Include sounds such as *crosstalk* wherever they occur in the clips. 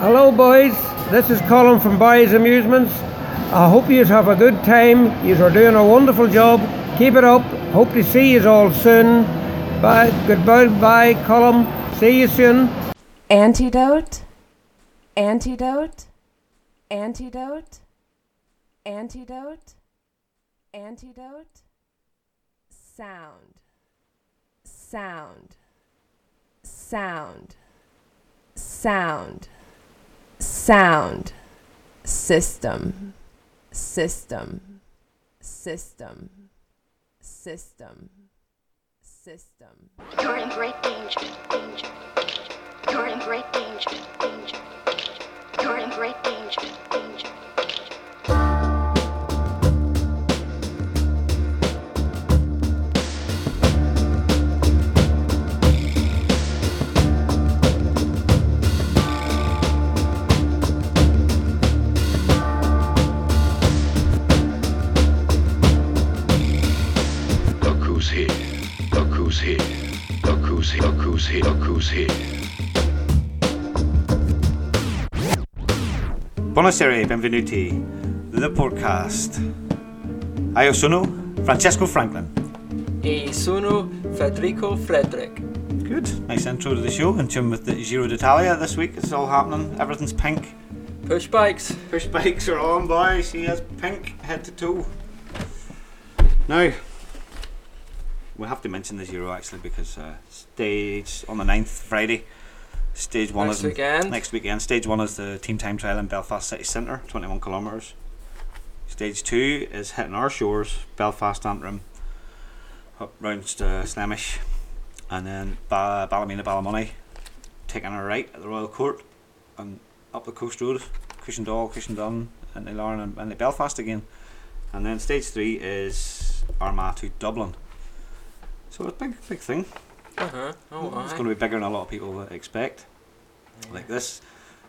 Hello, boys. This is Colin from Boys Amusements. I hope you have a good time. You are doing a wonderful job. Keep it up. Hope to see you all soon. Bye. Goodbye, bye, Colin. See you soon. Antidote. Antidote. Antidote. Antidote. Antidote. Sound. Sound. Sound. Sound. Sound. System. System. System. System. System. You're in great danger, danger. You're in great danger, danger. You're in great danger, danger. Look who's here. Look who's here. Look who's here. Look who's here. Look who's here. Buonasera, e benvenuti. The podcast. Io sono Francesco Franklin. E sono Federico Frederick. Good. Nice intro to the show. In tune with the Giro d'Italia this week. It's all happening. Everything's pink. Push bikes. Push bikes are on, boys. He has pink head to toe. Now, we have to mention the Giro actually because uh, stage on the 9th, Friday. Stage one Next is weekend. Next weekend. Stage one is the team time trial in Belfast City Centre, 21 kilometres. Stage two is hitting our shores, Belfast Antrim, up round to Slemish, and then ba- Ballymena Ballymoney, taking a right at the Royal Court, and up the coast road, Cushendall, Cushendun, and the Larne and, and the Belfast again. And then stage three is Armagh to Dublin. So it's a big, big thing. Uh huh. Oh, It's aye. going to be bigger than a lot of people expect. Like this,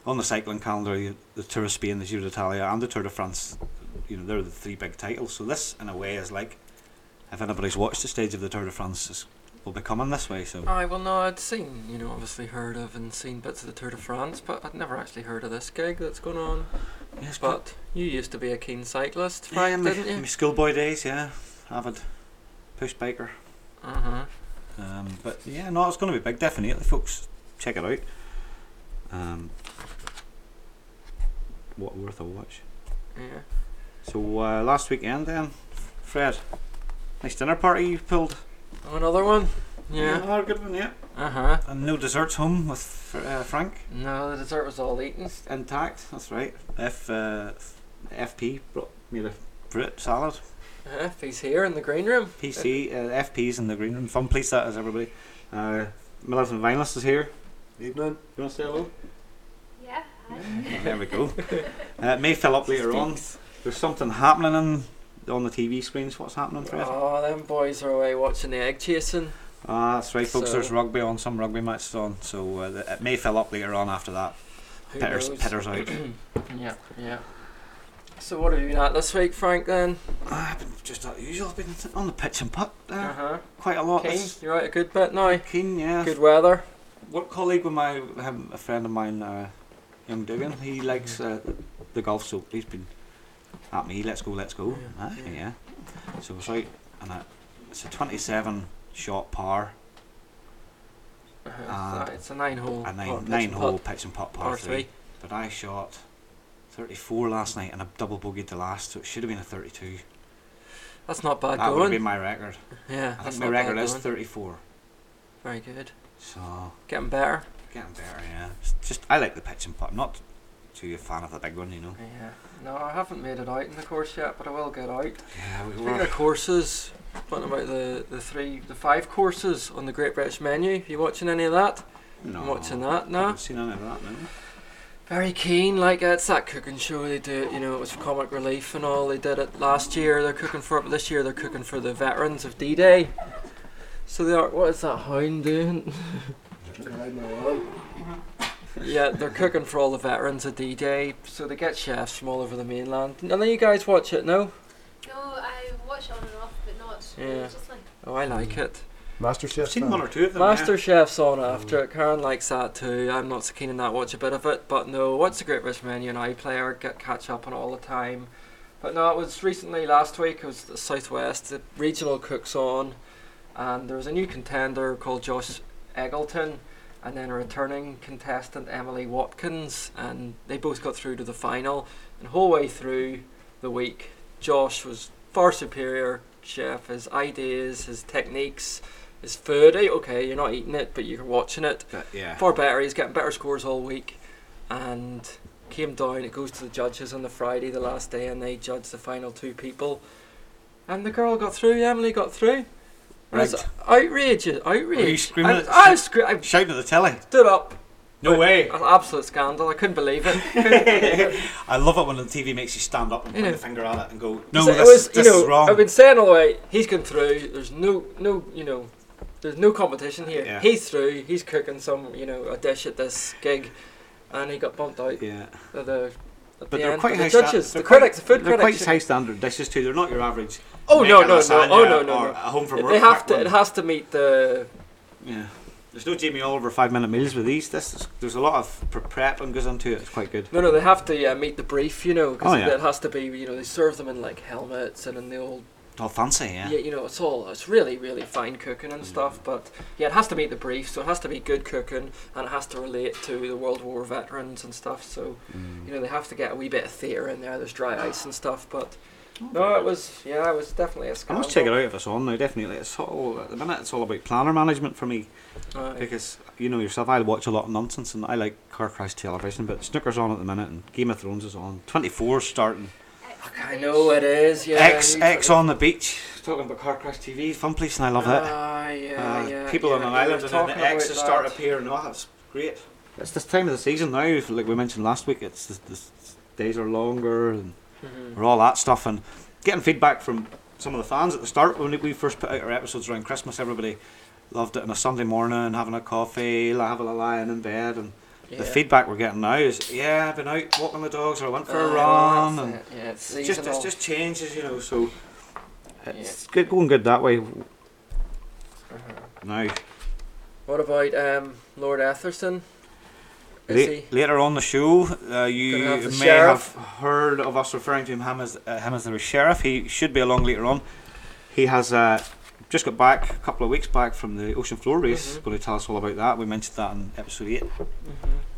on the cycling calendar, you, the Tour of Spain, the Giro d'Italia, and the Tour de France, you know, they're the three big titles. So this, in a way, is like if anybody's watched the stage of the Tour de France, it's, will be coming this way. So Aye, well, no, I'd seen, you know, obviously heard of and seen bits of the Tour de France, but I'd never actually heard of this gig that's going on. yes, but But you used to be a keen cyclist, yeah, Frank, my, didn't my you? schoolboy days, yeah, avid push biker. Uh huh. Um, but yeah, no, it's going to be big, definitely, folks. Check it out. Um, what worth a watch. Yeah. So uh, last weekend then, Fred, nice dinner party you pulled. Oh, another one? Yeah. oh, good one, yeah. Uh huh. And no desserts home with Fr- uh, Frank. No, the dessert was all eaten. Intact, that's right. F uh, FP brought made a Brit salad. Uh, he's here in the green room. PC uh, FP's in the green room. Fun place that is, everybody. Uh, Millicent Vineless is here. Evening. You want to say hello? Yeah. *laughs* there *laughs* we *laughs* go. Uh, it may fill up later on. There's something happening in, on the TV screens. What's happening, Fred? Oh, them boys are away watching the egg chasing. Ah, that's right, folks. There's So- rugby on, some rugby matches on, so uh, th- it may fill up later on after that. Who Petters, knows? Petters *clears throat* out. Yeah, yeah. So what have you been at this week, Frank? Then. Ah, I've been just as usual. I've been on the pitch and putt uh, Uh huh. quite a lot. Keen, This- you're out a good bit now. Keen, yeah. Good weather. What colleague with my um, a friend of mine, uh, young Dugan? He likes uh, the golf, so he's been at me. Let's go, let's go. Yeah, Ah, yeah. yeah. So it's out, and uh, it's a 27 shot par, Uh-huh. Ah. So it's a nine hole. a nine, or pitch nine and hole putt, pitch and putt par three. but I shot 34 last night and I double bogeyed the last, so it should have been a 32. That's not bad that would have going. been my record. yeah, I that's think my not bad record is going. 34. Very good. So Getting better. getting better, yeah. It's just I like the pitch and putt. I'm not too a fan of the big one, you know. Yeah. No, I haven't made it out in the course yet, but I will get out. Yeah, we Speaking of courses, what about the, the three, the five courses on the Great British Menu? You watching any of that? No, watching that I now. haven't seen any of that, no. Very keen, like it's that cooking show they do. It, you know, it was for comic relief and all. They did it last year. They're cooking for it but this year. They're cooking for the veterans of D-Day. So they are. What is that hound *laughs* doing? yeah, they're cooking for all the veterans of D-Day. So they get chefs from all over the mainland. None of you guys watch it, no? Oh, No, I watch on and off, but not. Yeah. It's just like Oh, I like it. Master Chef. I've seen one or two of them. Master yeah. Chef's on after it. Karen likes that too. I'm not so keen on that. Watch a bit of it, but no, watch the Great British Menu and iPlayer. Get catch up on it all the time. But no, it was recently last week. It was the Southwest. The regional cooks on, and there was a new contender called Josh Eggleton, and then a returning contestant Emily Watkins, and they both got through to the final. And whole way through the week, Josh was far superior. Chef, his ideas, his techniques, his food. eh, Okay, you're not eating it, but you're watching it But, yeah. far better. He's getting better scores all week, and came down. It goes to the judges on the Friday, the last day, and they judge the final two people. And the girl got through. Emily got through. And It's Right. outrageous, outrage. screaming I, at- I, was scre- I Shouting at the telly. stood up. No way. An absolute scandal. I couldn't believe it. *laughs* I love it when the TV makes you stand up and You put know. the finger at it and go, no, So this, this you know, is wrong. I've been saying all the way. He's going through. There's no, no, you know, there's no competition here. Yeah. He's through. He's cooking some, you know, a dish at this gig, and he got bumped out. yeah. at the, at But the they're end, quite the high judges, sta- the they're quite- critics, the food they're critics. quite high standard dishes too. They're not your average. oh no, no, mega no, lasagna oh no, no, or no. a home from They work have to. one. It has to meet the. Yeah. There's no Jamie Oliver five minute meals with these. This is, there's a lot of pre- prep and goes into it. It's quite good. No, no, they have to uh, meet the brief. You know, because Oh, yeah. it has to be. You know, they serve them in like helmets and in the old. It's all fancy, yeah. Yeah, you know, it's all. It's really, really fine cooking and stuff. But yeah, it has to meet the brief, so it has to be good cooking, and it has to relate to the World War veterans and stuff. So, Mm. you know, they have to get a wee bit of theatre in there. There's dry ice and stuff, but. No, it was yeah, it was definitely a Oh. I scandal. must check it out if it's on now. Definitely, it's all at the minute. It's all about planner management for me Aye. because you know yourself. I watch a lot of nonsense and I like car crash television. But Snooker's on at the minute and Game of Thrones is on. Twenty four starting. I know it is. Yeah. X you- X on the beach. Talking about car crash TV, fun place, and I love it. Ah, yeah, Uh, yeah, people yeah, on an we island were and then the talking about X's start that. appearing. Oh, that's great. It's this time of the season now. if- Like we mentioned last week, it's the, the s- days are longer and or all that stuff. And getting feedback from some of the fans at the start when we first put out our episodes around Christmas, everybody loved it on a Sunday morning, having a coffee, la- having a lion in bed, and Yeah. the feedback we're getting now is, yeah, I've been out walking the dogs or I went for a Oh, run. that's And it, Yeah, it's it's just seasonal. it's just changes, you know. So it's good going good that way. Uh-huh. Now. What about um, Lord Atherton? Is La- he? Later on the show, uh, you Gonna have the may sheriff. have heard of us referring to him as uh, him as the sheriff. He should be along later on. He has uh, just got back a couple of weeks back from the ocean floor race. Mm-hmm. Going to tell us all about that. We mentioned that in episode eight.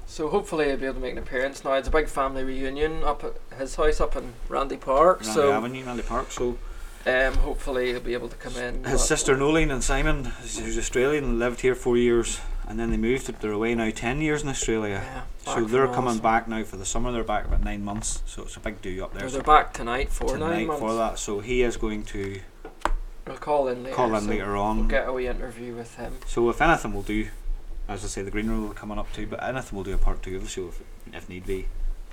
So hopefully he'll be able to make an appearance. Now it's a big family reunion up at his house up in Randy Park. Randy so Avenue, Randy Park. So um, hopefully he'll be able to come in. his but- sister Nolene and Simon, who's Australian, lived here four years, and then they moved. They're away now ten years in Australia. Yeah, back so they're from coming Oz. back now for the summer. They're back about nine months. So it's a big do up there. Or So They're back tonight for nine tonight months. for that. So he is going to We'll call in later. call in so later on. We'll get a wee interview with him. So if anything, we'll do, as I say, the green room we're coming up to, but anything we'll do a part two of the show if, if need be.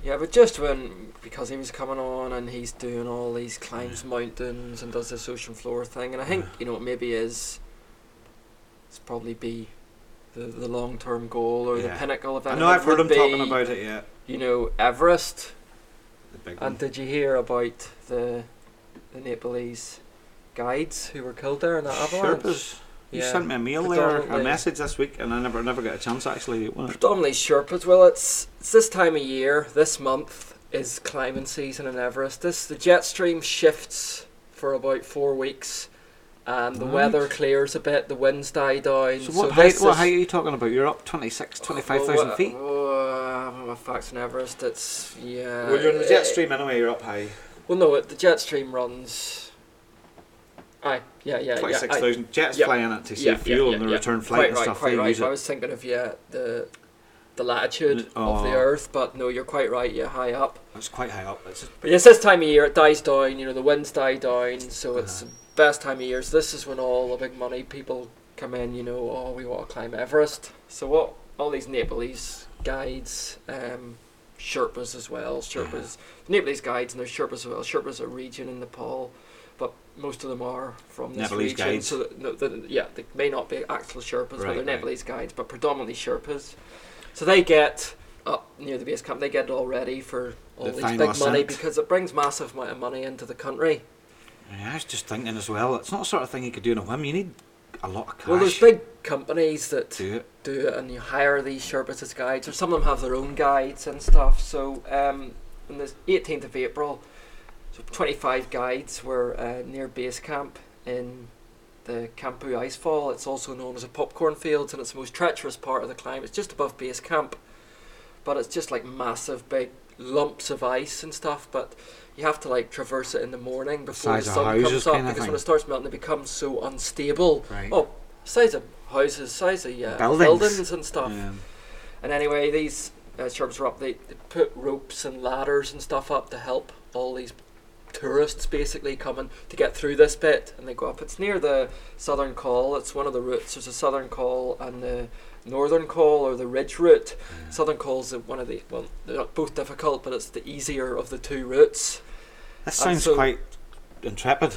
Yeah, but just when because he was coming on and he's doing all these climbs mountains and does this ocean floor thing, and I think you know it maybe is. It's probably be the the long term goal or the Yeah. pinnacle of I that. know and it I've heard would him talking be, about it. Yeah, you know Everest. the big And one. did you hear about the the Nepalese guides who were killed there in that avalanche? Sherpas. You Yeah, sent me a mail there, a predominantly. message this week, and I never, never got a chance actually to open it. Predominantly Sherpas. Well, it's it's this time of year. This month is climbing season in Everest. This the jet stream shifts for about four weeks, and the Right. weather clears a bit. The winds die down. So what so height? this What is- height are you talking about? You're up 26, 25,000 Well, feet. well, uh, my facts on Everest. It's yeah. well, you're in the it- jet stream anyway. You're up high, Well, no, it, the jet stream runs. Aye, yeah, yeah, yeah. twenty-six aye. thousand. Jets yeah. flying it to save Yeah, yeah, fuel yeah, on the yeah. return flight Quite and right, stuff. Quite they right. use But I it. was thinking of yeah the the latitude The- of the oh. Earth, but no, you're quite right. Yeah, high up. It's quite high up. It's But yes, this time of year it dies down. You know the winds die down, Uh-huh. so it's the best time of year. So this is when all the big money people come in. You know, oh, we want to climb Everest. So what? All these Nepalese guides, um, Sherpas as well. Sherpas, Uh-huh. Nepalese guides, and there's Sherpas as well. Sherpas are a region in Nepal, but most of them are from this Nepalese region. guides. So that, no, the, yeah, they may not be actual Sherpas, but Right, they're right. Nepalese guides, but predominantly Sherpas. So they get up near the base camp. They get it all ready for all The these final big money ascent. because it brings massive amount of money into the country. Yeah, I was just thinking as well. It's not the sort of thing you could do in a whim. You need a lot of cash Well, there's big companies that to it. do it and you hire these Sherpas as guides, or some of them have their own guides and stuff. So, um, on the 18th of April, so 25 guides were uh, near base camp in the Campu Icefall. It's also known as a popcorn fields, and it's the most treacherous part of the climb. It's just above base camp, but it's just like massive, big lumps of ice and stuff. But you have to like traverse it in the morning before the size of sun houses comes up kinda because when thing. it starts melting, it becomes so unstable. Right. Oh, size of houses, size of yeah, Buildings. buildings. and stuff. Yeah. And anyway, these uh, Sherpas were up. They, they put ropes and ladders and stuff up to help all these tourists basically coming to get through this bit. And they go up. It's near the Southern Col. It's one of the routes. There's a Southern Col and the Northern Col or the Ridge Route. Southern Col's the- one of the well, they're not both difficult, but it's the easier of the two routes. This sounds so- quite intrepid.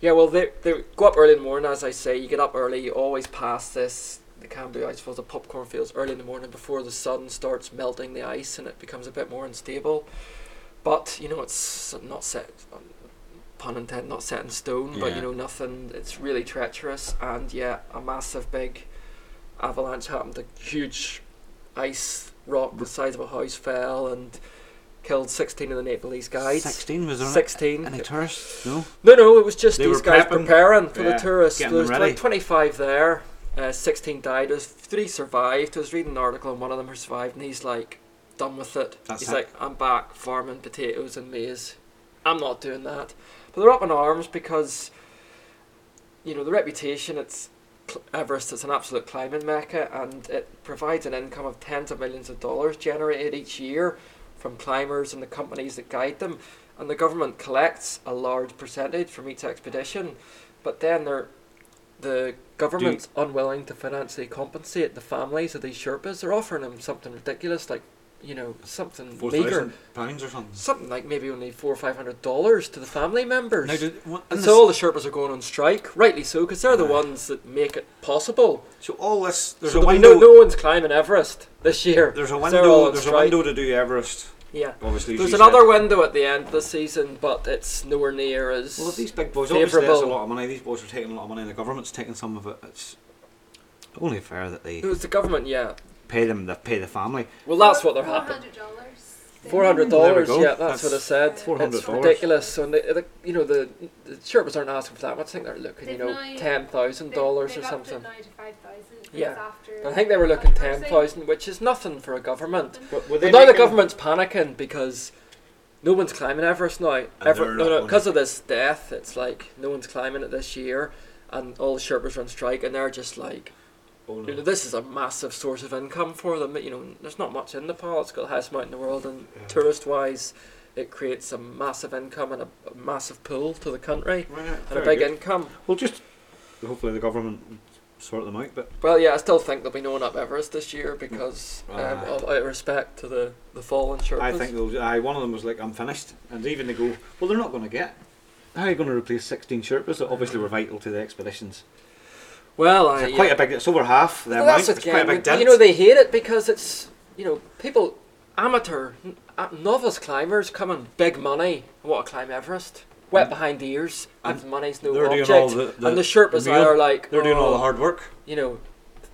Yeah, well, they, they go up early in the morning, as I say. You get up early, you always pass this, the Cambu Ice Falls, the popcorn fields, early in the morning before the sun starts melting the ice and it becomes a bit more unstable. But, you know, it's not set, um, pun intended, not set in stone, but, Yeah. you know, nothing, it's really treacherous. And, yeah, a massive big avalanche happened. A huge ice rock the size of a house fell and killed 16 of the Nepalese guys. 16 was there not 16. any tourists? No. No, no, it was just They these were guys prepping. preparing for Yeah, the tourists. getting There was them ready. like 25 there, uh, 16 died. There's three survived. I was reading an article and one of them had survived, and he's like, done with it. That's he's it. like, I'm back farming potatoes and maize. I'm not doing that. But they're up in arms because, you know, the reputation, it's cl- Everest, it's an absolute climbing mecca, and it provides an income of tens of millions of dollars generated each year from climbers and the companies that guide them. And the government collects a large percentage from each expedition, but then they're, the government's unwilling to financially compensate the families of these Sherpas. They're offering them something ridiculous, like, you know, something meager. pounds or something. Something like maybe only four or five hundred dollars to the family members. Now, did, what, And and so all the Sherpas are going on strike, rightly so, because they're the ones that make it possible. this, so all this there's so a that we window. know no one's climbing Everest this year. There's a 'cause they're all window. on There's a strike. window to do Everest. Yeah. Obviously, There's she another said. window at the end of the season, but it's nowhere near as. Well, if these big boys, obviously, that's a favourable. lot of money. These boys are taking a lot of money, and the government's taking some of it. It's only fair that they It was the government, yeah. pay them. They pay the family. Well, that's what they're happy. Four hundred There we dollars. go. Yeah, that's, That's what I said. It's $400. ridiculous. So, and they, they, you know, the, the Sherpas aren't asking for that much. I think they're looking, you They've know, now- ten thousand dollars or something. Now to 5,000 because Yeah. after I think they were looking ten controversy. thousand, which is nothing for a government. But, But now the government's panicking because no one's climbing Everest now. they're Ever, no, not no, on because it. of this death, it's like no one's climbing it this year, and all the Sherpas are on strike, and they're just like, Oh, you know, this is a massive source of income for them. You know, there's not much in Nepal. It's got the highest mountain in the world, and Yeah. tourist-wise, it creates a massive income and a, a massive pull to the country and a Very big good. income. Well, just hopefully the government sort them out. But Well, yeah, I still think there'll be no one up Everest this year because um, Ah. of out of respect to the the fallen Sherpas. I think those. I one of them was like, "I'm finished," and even they go, "Well, they're not going to get." How are you going to replace 16 Sherpas that obviously were vital to the expeditions? Well, I, It's a yeah. quite a big, it's over half their Well, amount. that's It's again, quite a big dent. You know, they hate it because it's, you know, people, amateur, n- uh, novice climbers come on big money and want to climb Everest. Wet behind the ears, and, money's no they're object. doing all the, and the Sherpas meal. are like, they're doing all the "Oh, hard work. You know,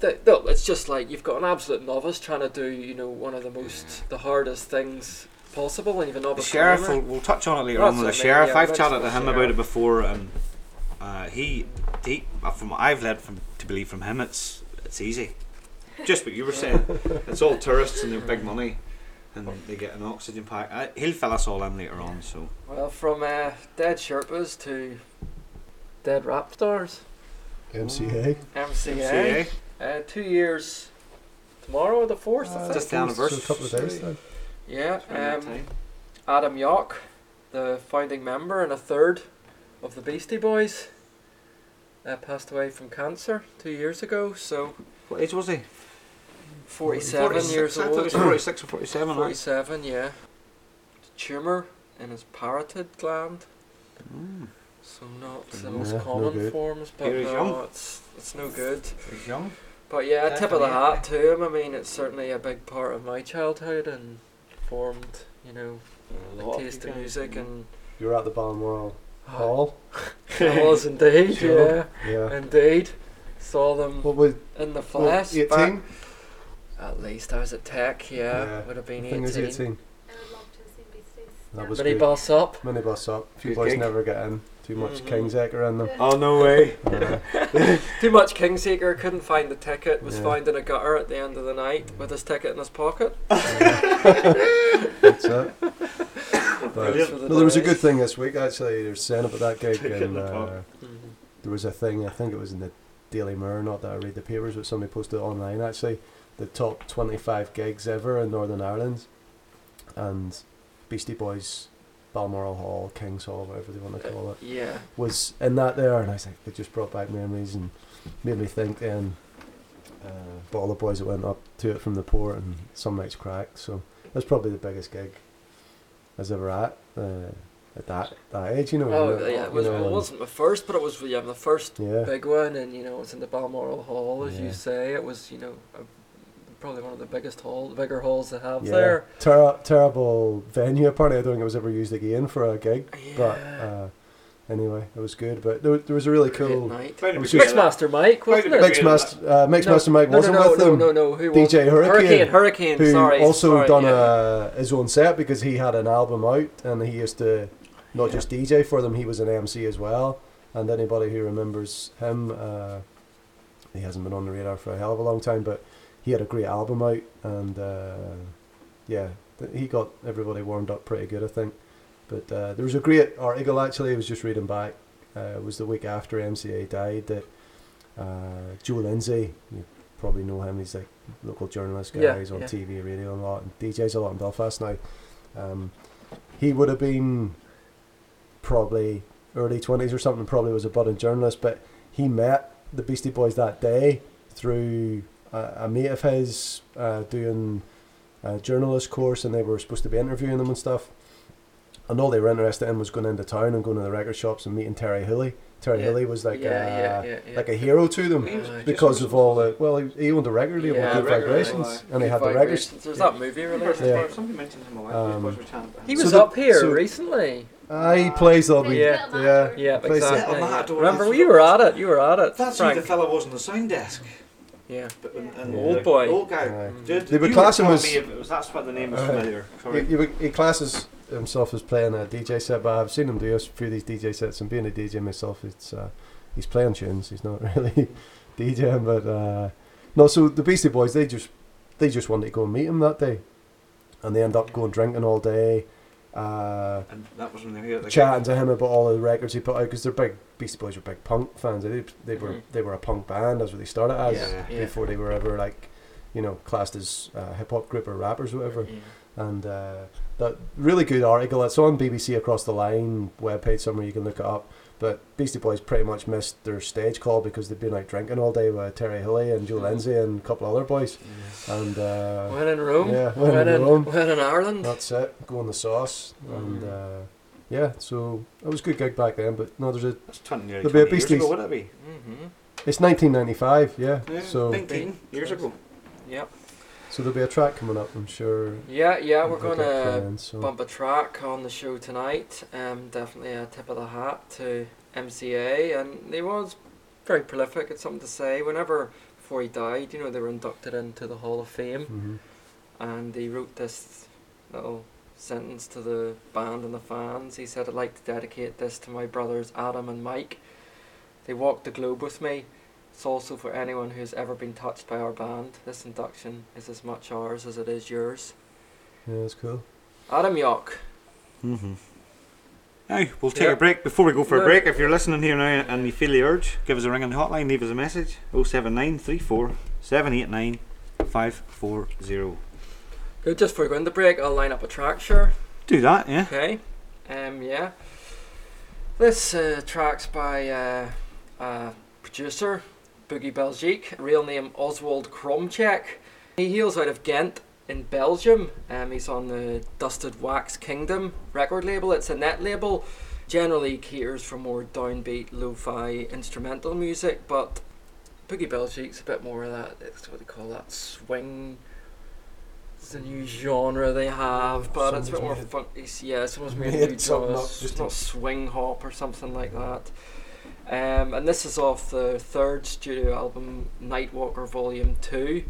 th- no, it's just like you've got an absolute novice trying to do, you know, one of the most, the hardest things possible, and even The novice sheriff, will, climber. we'll touch on it later Well, on with the that's it, sheriff. yeah, I've that's chatted the to him sheriff. about it before, and uh, he, he, uh, from what I've led from to believe from him, it's it's easy. Just what you were saying. it's all tourists and their big money, and they get an oxygen pack. I, he'll fill us all in later on. So Well, from uh, dead Sherpas to dead rap stars, MCA. MCA. Uh, two years tomorrow, the 4th, I Uh, think. Just the So a couple of days. anniversary. Then. Yeah, Around that um, time. Adam York, the founding member and a third of the Beastie Boys, uh, passed away from cancer two years ago. So What age was he? 47 years 46, I thought he was old. 46 or 47. right? 47, yeah. Tumor in his parotid gland. Mm. So not Don't the know. most Yeah, no common good. forms, but Here he's young. no, it's it's no good. He's young. But yeah, tip of the Definitely. hat to him. I mean, it's certainly a big part of my childhood and formed, you know, my taste in music *laughs* and. You were at the Balmoral Hall. *laughs* I was indeed, Sure. yeah, Yeah. indeed. Saw them What was in the what, flesh. back- 18? At least I was at Tech. Yeah, Yeah, would have been I think it was 18. 18. That was Mini great. boss up. Minibus up. A few Good boys gig. never get in. Too much Mhm. King's Acre in them. Oh no *laughs* way. *laughs* Too much Kingseeker, couldn't find the ticket, was Yeah. found in a gutter at the end of the night with his ticket in his *laughs* pocket. That's it. But, Brilliant. For the no, there was a days. good thing this week actually. There was saying about that gig, Ticket in and the uh, pub. Mhm. there was a thing. I think it was in the Daily Mirror. Not that I read the papers, but somebody posted it online actually. The top twenty-five gigs ever in Northern Ireland, and Beastie Boys, Balmoral Hall, King's Hall, whatever they want to call it, Uh, Yeah. was in that there, and I was like, it just brought back memories and made me think. Then, uh, all the boys that went up to it from the port and some nights cracked. So that's probably the biggest gig I was ever at uh, at that that age. You know, Oh, you know, yeah, it, you was, know, it and- wasn't my first, but it was yeah, my first Yeah. big one, and you know, it was in the Balmoral Hall, as Yeah. you say. It was, you know, a, probably one of the biggest hall, bigger halls they have Yeah. there. Ter- terrible venue. Apparently, I don't think it was ever used again for a gig. But Yeah. uh, anyway, it was good. but there, there was a really Great cool night. Wait a minute, wait a minute. Mixmaster Mike, wasn't it? minute. Mixmaster. Uh, Mixmaster no, Mike no, wasn't no, no, with no, them. No, no, who DJ was? Hurricane, Hurricane, Hurricane. who sorry, also sorry, done yeah. uh his own set because he had an album out and he used to not Yeah. just DJ for them, he was an MC as well. And anybody who remembers him, uh, he hasn't been on the radar for a hell of a long time, but he had a great album out and uh, yeah, th- he got everybody warmed up pretty good, I think. But uh, there was a great article actually, I was just reading back, uh, it was the week after MCA died that uh, Joe Lindsay, you probably know him, he's like local journalist guy, Yeah, he's on yeah. TV, radio a lot, and DJs a lot in Belfast now. Um, he would have been probably early 20s or something, probably was a budding journalist, but he met the Beastie Boys that day through a, a mate of his uh, doing a journalist course, and they were supposed to be interviewing them and stuff. And all they were interested in was going into town and going to the record shops and meeting Terry Hooley. Terry Yeah. Hooley was like Yeah, a, yeah, yeah, yeah. like a hero to them Yeah, just because of all the well, he, he owned a record label, Yeah, Good record Vibrations, and label, he Good had the records. Vibrations. There's that movie released. Yeah. Somebody mentioned him alive. Um, These boys were chatting about him. He So was the- up here so- recently. Ah, he plays all the Yeah. yeah, Yeah, Plays the- exactly. Little yeah. Matador Remember, is- we were at it. You were at it. That's Frank. who the fella was on the sound desk. Yeah. But, and, and Yeah. old Old boy. Old guy. Aye. Dude, They were you classing telling us- me if it was, that's what the name was Alright. familiar. Sorry. Uh, He, he, would- he classes himself as playing a DJ set, but I've seen him do a few of these DJ sets, and being a DJ myself, it's uh, he's playing tunes. He's not *laughs* really DJing, but uh, no. So the Beastie Boys, they just they just wanted to go and meet him that day, and they end up going drinking all day, uh, and that was when they were chatting to him about all the records he put out because they're big Beastie Boys were big punk fans. They they were Mhm. they were a punk band. That's what they started as Yeah, yeah. before they were ever like you know classed as uh, hip hop group or rappers or whatever Yeah. and uh, that really good article. It's on BBC Across the Line webpage somewhere. You can look it up. But Beastie Boys pretty much missed their stage call because they'd been out drinking all day with Terry Hilly and Joe Lindsay and a couple other boys. And uh, When in Rome. yeah, when When, in in Rome. when in Ireland. that's it. Go on the sauce. And uh, Mm. yeah, so it was a good gig back then. But no, there's a. That's 20, nearly There'll be a 20 years Beasties. ago, would it be? Mm-hmm. It's 1995. Yeah. Yeah, So 19 years ago. Yep. so there'll be a track coming up. I'm sure. Yeah, yeah. We're They'll get gonna playing, so. bump a track on the show tonight. Um, definitely a tip of the hat to MCA, and he was very prolific. It's something to say. Whenever before he died, you know, they were inducted into the Hall of Fame. Mhm. and he wrote this little sentence to the band and the fans. He said, I'd like to dedicate this to my brothers Adam and Mike. They walked the globe with me. It's also for anyone who's ever been touched by our band. This induction is as much ours as it is yours. Yeah, that's cool. Adam York. Mm-hmm. Now, we'll take Yeah. a break. Before we go for a No. break, if you're listening here now and you feel the urge, give us a ring on the hotline, leave us a message 07934 789 540. Good, just for going to break, I'll line up a track, sure. Do that, yeah? Okay. Um, yeah. This uh, track's by uh, uh, producer Boogie Belgique, real name Oswald Kromchek. He hails out of Ghent in Belgium. Um, he's on the Dusted Wax Kingdom record label. It's a net label. Generally caters for more downbeat, lo-fi instrumental music, but Boogie Belgique's a bit more of that. It's what they call that swing. It's a new genre they have, but it's a bit more Someone's funky. Yeah, someone's made made a new something genre. up It's just just to- not swing hop or something like that. Um, and this is off the third studio album, Nightwalker Volume 2.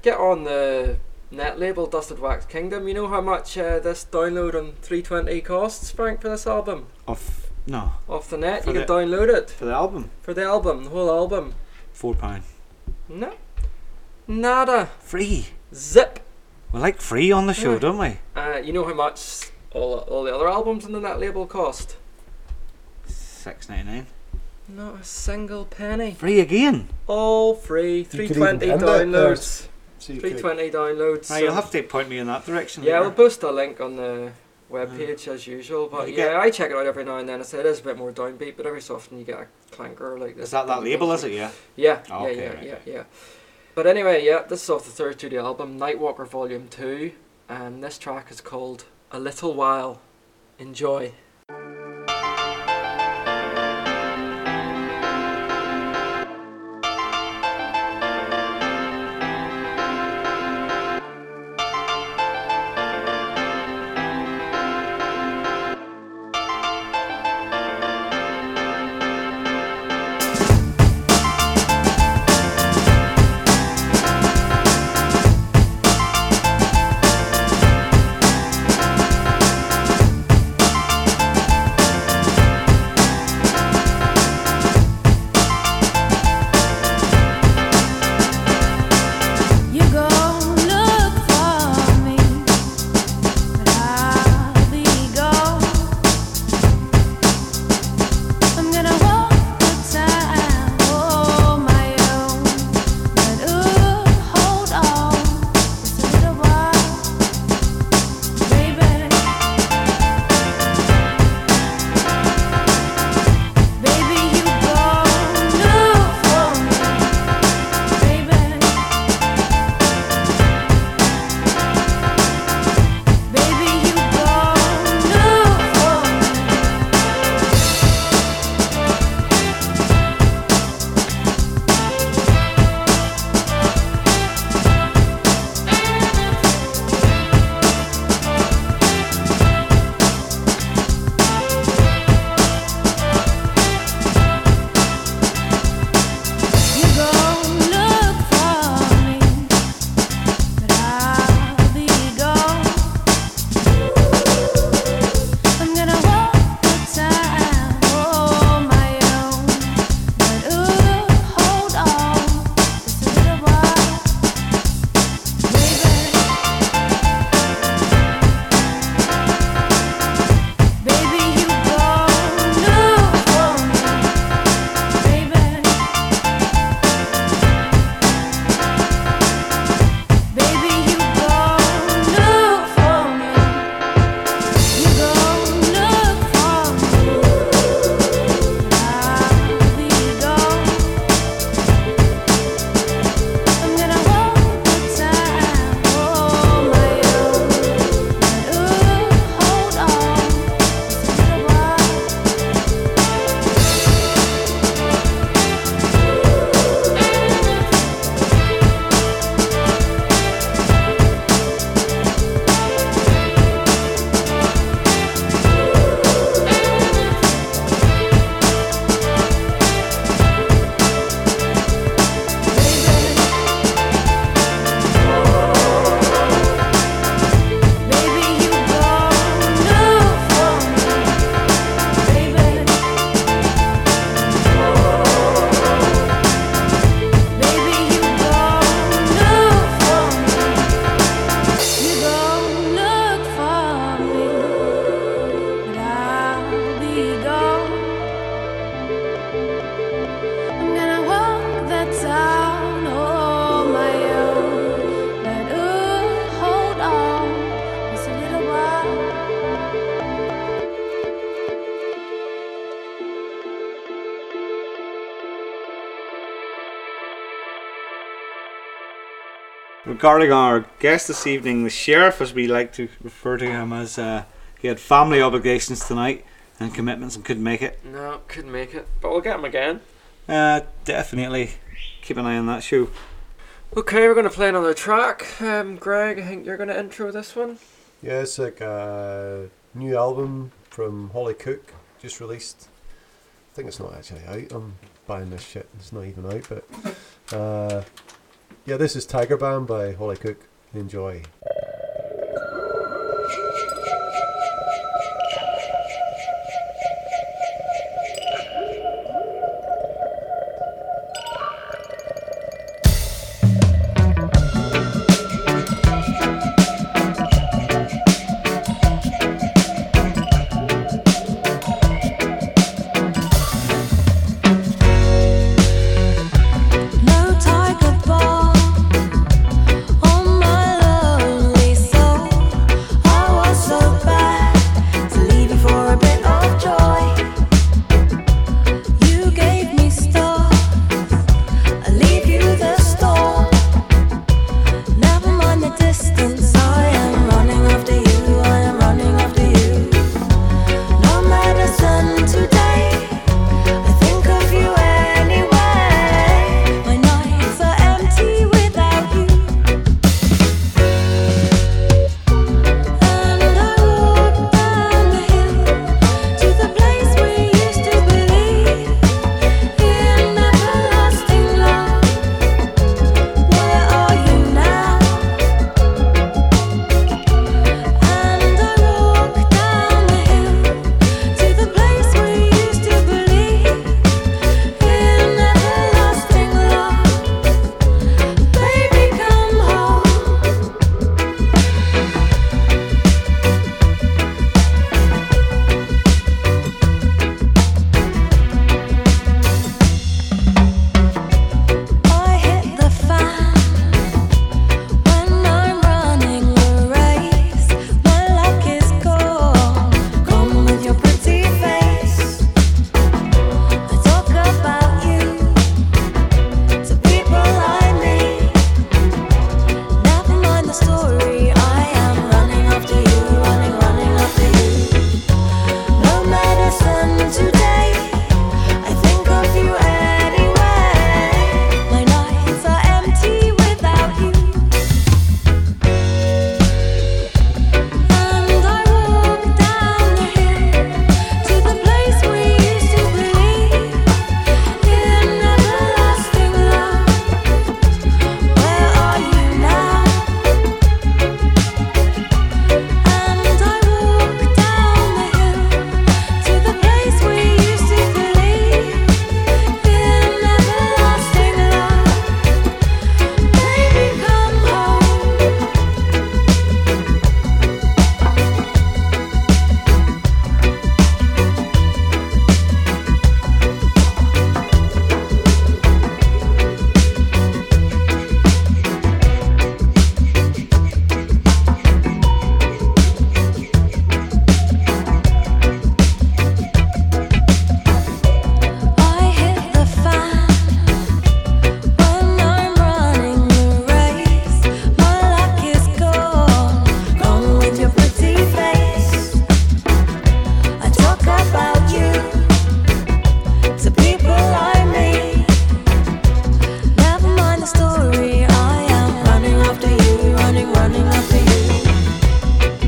Get on the net label Dusted Wax Kingdom. You know how much uh, this download on 320 costs, Frank, for this album? Off no Off the net, For you can the- download it for the album for the album, the whole album. four pound No. Nada. free. Zip. We like free on the show, Yeah. don't we? Uh, you know how much all, all the other albums on the net label cost? Six ninety nine. Not a single penny. Free again. All Oh, free. could even 320 end it there. downloads. 320 downloads. Right, so- you'll have to point me in that direction. yeah, we'll later. post a link on the webpage as usual. But You yeah, get- I check it out every now and then. I say it is a bit more downbeat, but every so often you get a clanker like this. Is that that label? Is it? Yeah. Yeah, Oh, okay, yeah, yeah, right, yeah, right. yeah. But anyway, yeah, this is off the third studio album, Nightwalker Volume 2, and this track is called A Little While. Enjoy. You go look for me, but I'll be gone. I'm gonna walk the time on my own, but ooh, hold on just a little while, baby. Baby, you go look for me, baby. Baby, you go look for me. You go look for me, but I'll be gone. I'm gonna walk the time on my own, but ooh, hold on just a little while, baby. Baby, you go look for me, baby. Baby, you go look for me. You go look for me. I'll be gone. I'm gonna walk the time on my own. But ooh, hold on just a little while. Baby, you go look for me, baby. Baby, you go look for me. You go look for me, but I'll be gone. I'm gonna walk that town on my own. But ooh, hold on, just a little while. Regarding our guest this evening, the sheriff, as we like to refer to him as, uh, he had family obligations tonight and commitments and couldn't make it. No, couldn't make it, but we'll get him again. Uh, definitely keep an eye on that show. Okay, we're gonna play another track. Um, Greg, I think you're gonna intro this one. Yeah, it's like a new album from Holly Cook, just released. think it's not actually out. I'm buying this shit. It's not even out, but uh, yeah, this is Tiger Band by Holly Cook. Enjoy. No tiger ball on my lonely soul. I was so bad to leave you for a bit of joy. You gave me stars. I leave you the storm. Never mind the distance. I am running after you. I am running after you. No medicine today. I think of you anyway. My nights are empty without you, and I walk down the hill to the place we used to believe in everlasting love. Where are you now? And I walk down the hill to the place we used to believe in everlasting love. Baby, come home. I hit the fan when I'm running a race. My luck is gone. Come with your pretty face. I talk about you to people I meet. Never mind the story. I am running after you, running, running after you. No medicine today. I think of you anyway. My nights are empty without you. And I walk down the hill to the place we used to believe in everlasting love. Where are you now? And I walk down the hill to the place we used to believe in everlasting love. Baby, come home. I hit the fan when I'm running the race. My luck is gone, gone with your pretty face. I talk about you to people I meet. Never mind the story. I am running after you, running, running after you.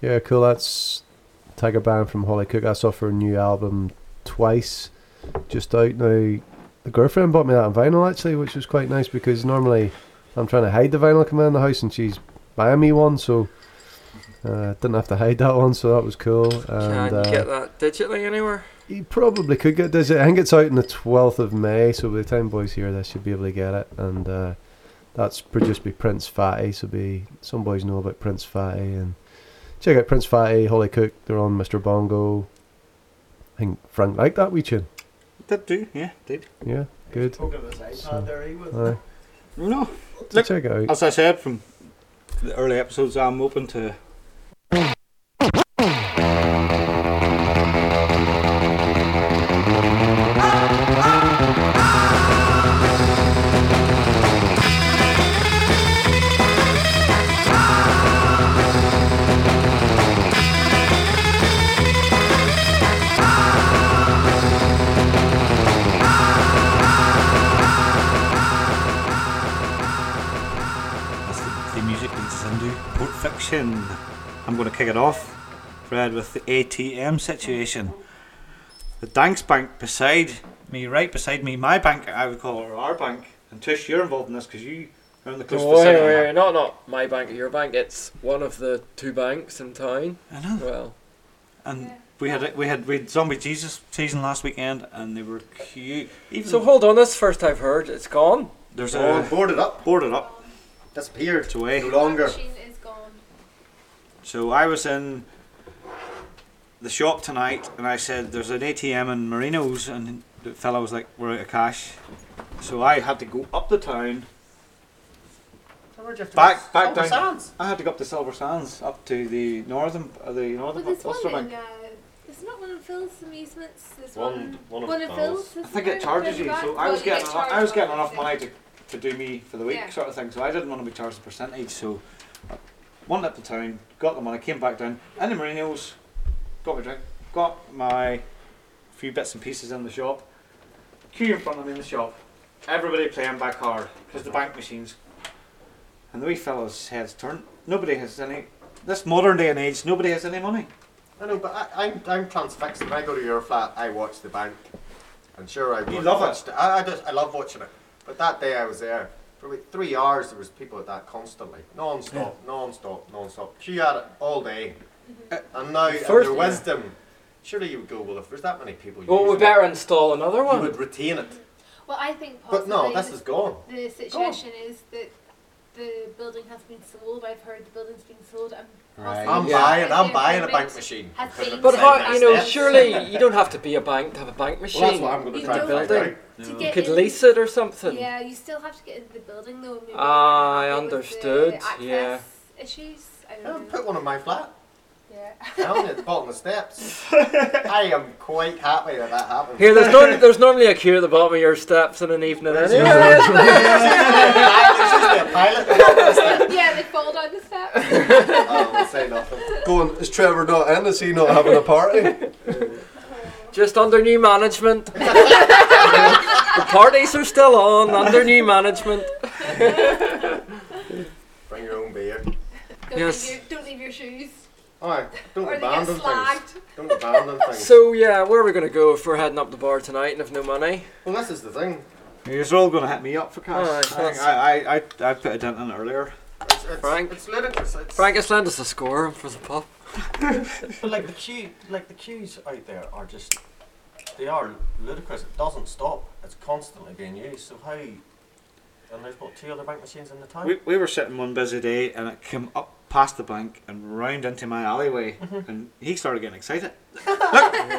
Yeah, cool. That's Tiger Band from Holly Cook. That's off her new album twice, just out now. The girlfriend bought me that on vinyl actually, which was quite nice because normally I'm trying to hide the vinyl coming in the house, and she's buying me one, so uh, didn't have to hide that one, so that was cool. And Can you uh, get that digitally anywhere? you probably could get this. I think it's out on the 12th of May, so by the time boys hear this, you'll be able to get it. And uh, that's produced by Prince Fatty, so be some boys know about Prince Fatty. And check out Prince Fatty, Holly Cook, they're on Mr. Bongo. I think Frank liked that wee tune. Did do, yeah, did. Yeah, good. Aye. No, So Look- check it out. as I said from the early episodes, I'm open to situation. I'm going to kick it off, Fred, with the ATM situation. The Danks Bank beside me, right beside me, my bank, I would call it, or our bank. And Tush, you're involved in this because you are in the close No, wait, vicinity. wait, wait, not not my bank, your bank. It's one of the two banks in town. I know. Well, And we had we had we had Zombie Jesus season last weekend, and they were cute. Even so hold on. This first I've heard. It's gone. there's Oh, a boarded up, boarded up. disappeared. It's away. No longer. Machine is gone. So I was in the shop tonight, and I said, "There's an ATM in Marino's," and the fellow was like, "We're out of cash." So I had to go up the town. Back, back down. I had to go up to Silver Sands, up to the northern, uh, the northern But there's Ulster one Bank. in, uh, there's not one in Phil's amusements. There's One- one, one of in Phil's. Phil's. I think it charges you, so I was getting enough, I was getting enough money to, to do me for the week, Yeah. sort of thing. So I didn't want to be charged a percentage. So I went up the town, got the money, came back down, and the Merinos, got my drink, got my few bits and pieces in the shop. Queue in front of me in the shop. Everybody playing back hard because the bank machines. And the wee fella's heads turned. Nobody has any. This modern day and age, nobody has any money. I know, but I, I'm I'm transfixed. When I go to your flat, I watch the bank, and sure I You wa- love it. watched. I I, just, I love watching it. But that day I was there for about three hours. There was people at that constantly, non-stop, non-stop, non-stop. Queue at it all day, Uh, and now in first- their wisdom, surely you would go well if there's that many people. Well, we using better install another it, you one. would retain it. Well, I think But possibly no, this the- is gone. the situation is that the building has been sold. I've heard the building's been sold. And Right. I'm possibly buying. I'm the buying a bank agreement machine. Has Because been it's But like how, that. you know, That's- surely you don't have to be a bank to have a bank machine. Well, that's what I'm going to You try and don't- find out. to you get could in- lease it or something. Yeah, you still have to get into the building though. and maybe Ah, I there was understood, The access yeah. Issues. I Yeah, *laughs* don't know. put one in my flat. Yeah. Down at the bottom of the *laughs* steps. I am quite happy that that happened. Here, there's, *laughs* no, there's normally a queue at the bottom of your steps in an evening. Anyway. Pilot, pilot. yeah, they fall down the steps. Oh, we'll say nothing. Going, is Trevor not in? Is he not having a party? Just under new management. the parties are still on under new management. Bring your own beer. Don't, Yes. leave your, don't leave your shoes. Alright, don't Or they get abandon slagged. things. Don't *laughs* abandon things. So yeah, where are we gonna go if we're heading up the bar tonight and have no money? well, this is the thing. You're all going to hit me up for cash. Alright, I, think that's- I, I, I, I put a dent in it earlier. It's, it's, Frank? It's ludicrous. It's, Frank, just lend us a score for the pub. But like the queue, like the queues out there are just, they are ludicrous. It doesn't stop. It's constantly being used. So how? And there's what two other bank machines in the town. We, we were sitting one busy day and it came up past the bank and round into my alleyway Mm-hmm. and he started getting *laughs* excited. Look,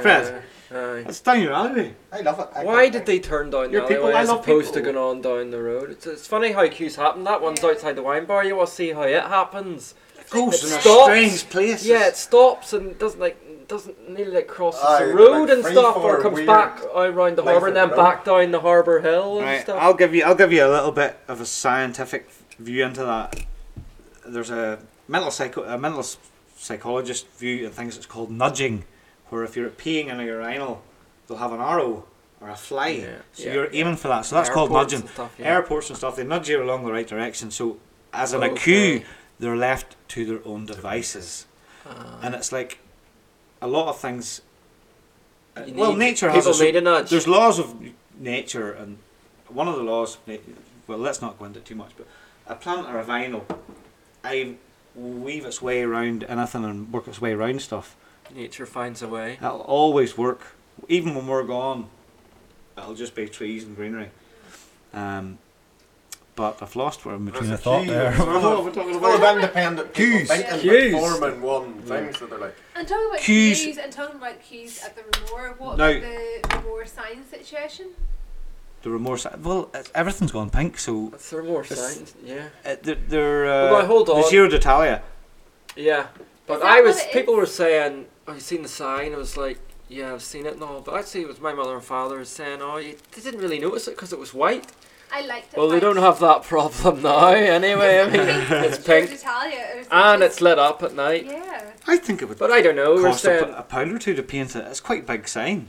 Fred, Aye. it's down your alleyway. I love it. I Why can't- did they turn down the Your people- alleyway I as love opposed to people. going on down the road? It's, it's funny how queues happen. That one's outside the wine bar. You want to see how it happens. Goes in a stops. strange place. Yeah, it stops and doesn't like doesn't nearly like crosses Aye, the they're road like and stuff, or free-form, comes weird back out round the length harbour of and the then road. Ah. back down the harbour hill and Right, stuff. I'll give you I'll give you a little bit of a scientific view into that. There's a mental psycho a mental s- psychologist view of things that's called nudging, where if you're peeing in a urinal, they'll have an arrow or a fly, Yeah, so yeah, you're aiming for that. So that's called Airports nudging. and stuff, yeah. Airports and stuff they nudge you along the right direction. So as an Oh, Okay. acute, they're left to their own devices, Ah, and it's like a lot of things. uh, You well, need- nature has people a, so- need a nudge. There's laws of nature, and one of the laws. of na- Well, let's not go into it too much, but a plant or a vinyl, I weave its way around anything and work its way around stuff. Nature finds a way. It'll always work, even when we're gone. It'll just be trees and greenery. Um, but I've lost where I'm between There's the a thought queue. there. There's a lot *laughs* of- Well, of independent people Queues. thinking about Queues. forming one thing, so they're like, And talking about Queues. queues, and talking about queues at the Remore, what Now- about the Remore sign situation? The remorse. Well, it's, everything's gone pink, so Is there more It's- signs? Yeah. uh, they're. they're uh, Well, now, hold The on. Giro d'Italia. Yeah, but that I what was. it is? People were saying, "Have you seen the sign?" I was like, "Yeah, I've seen it and all." But actually, it was my mother and father was saying, "Oh, you they didn't really notice it because it was white." I liked it. Well, they like- don't have that problem now, *laughs* anyway. I *laughs* mean, it's Tour pink d'Italia *laughs* or something. and it's lit up at night. Yeah. I think it would But I don't know. We're cost a, saying p- a pound or two to paint it. It's quite a big sign.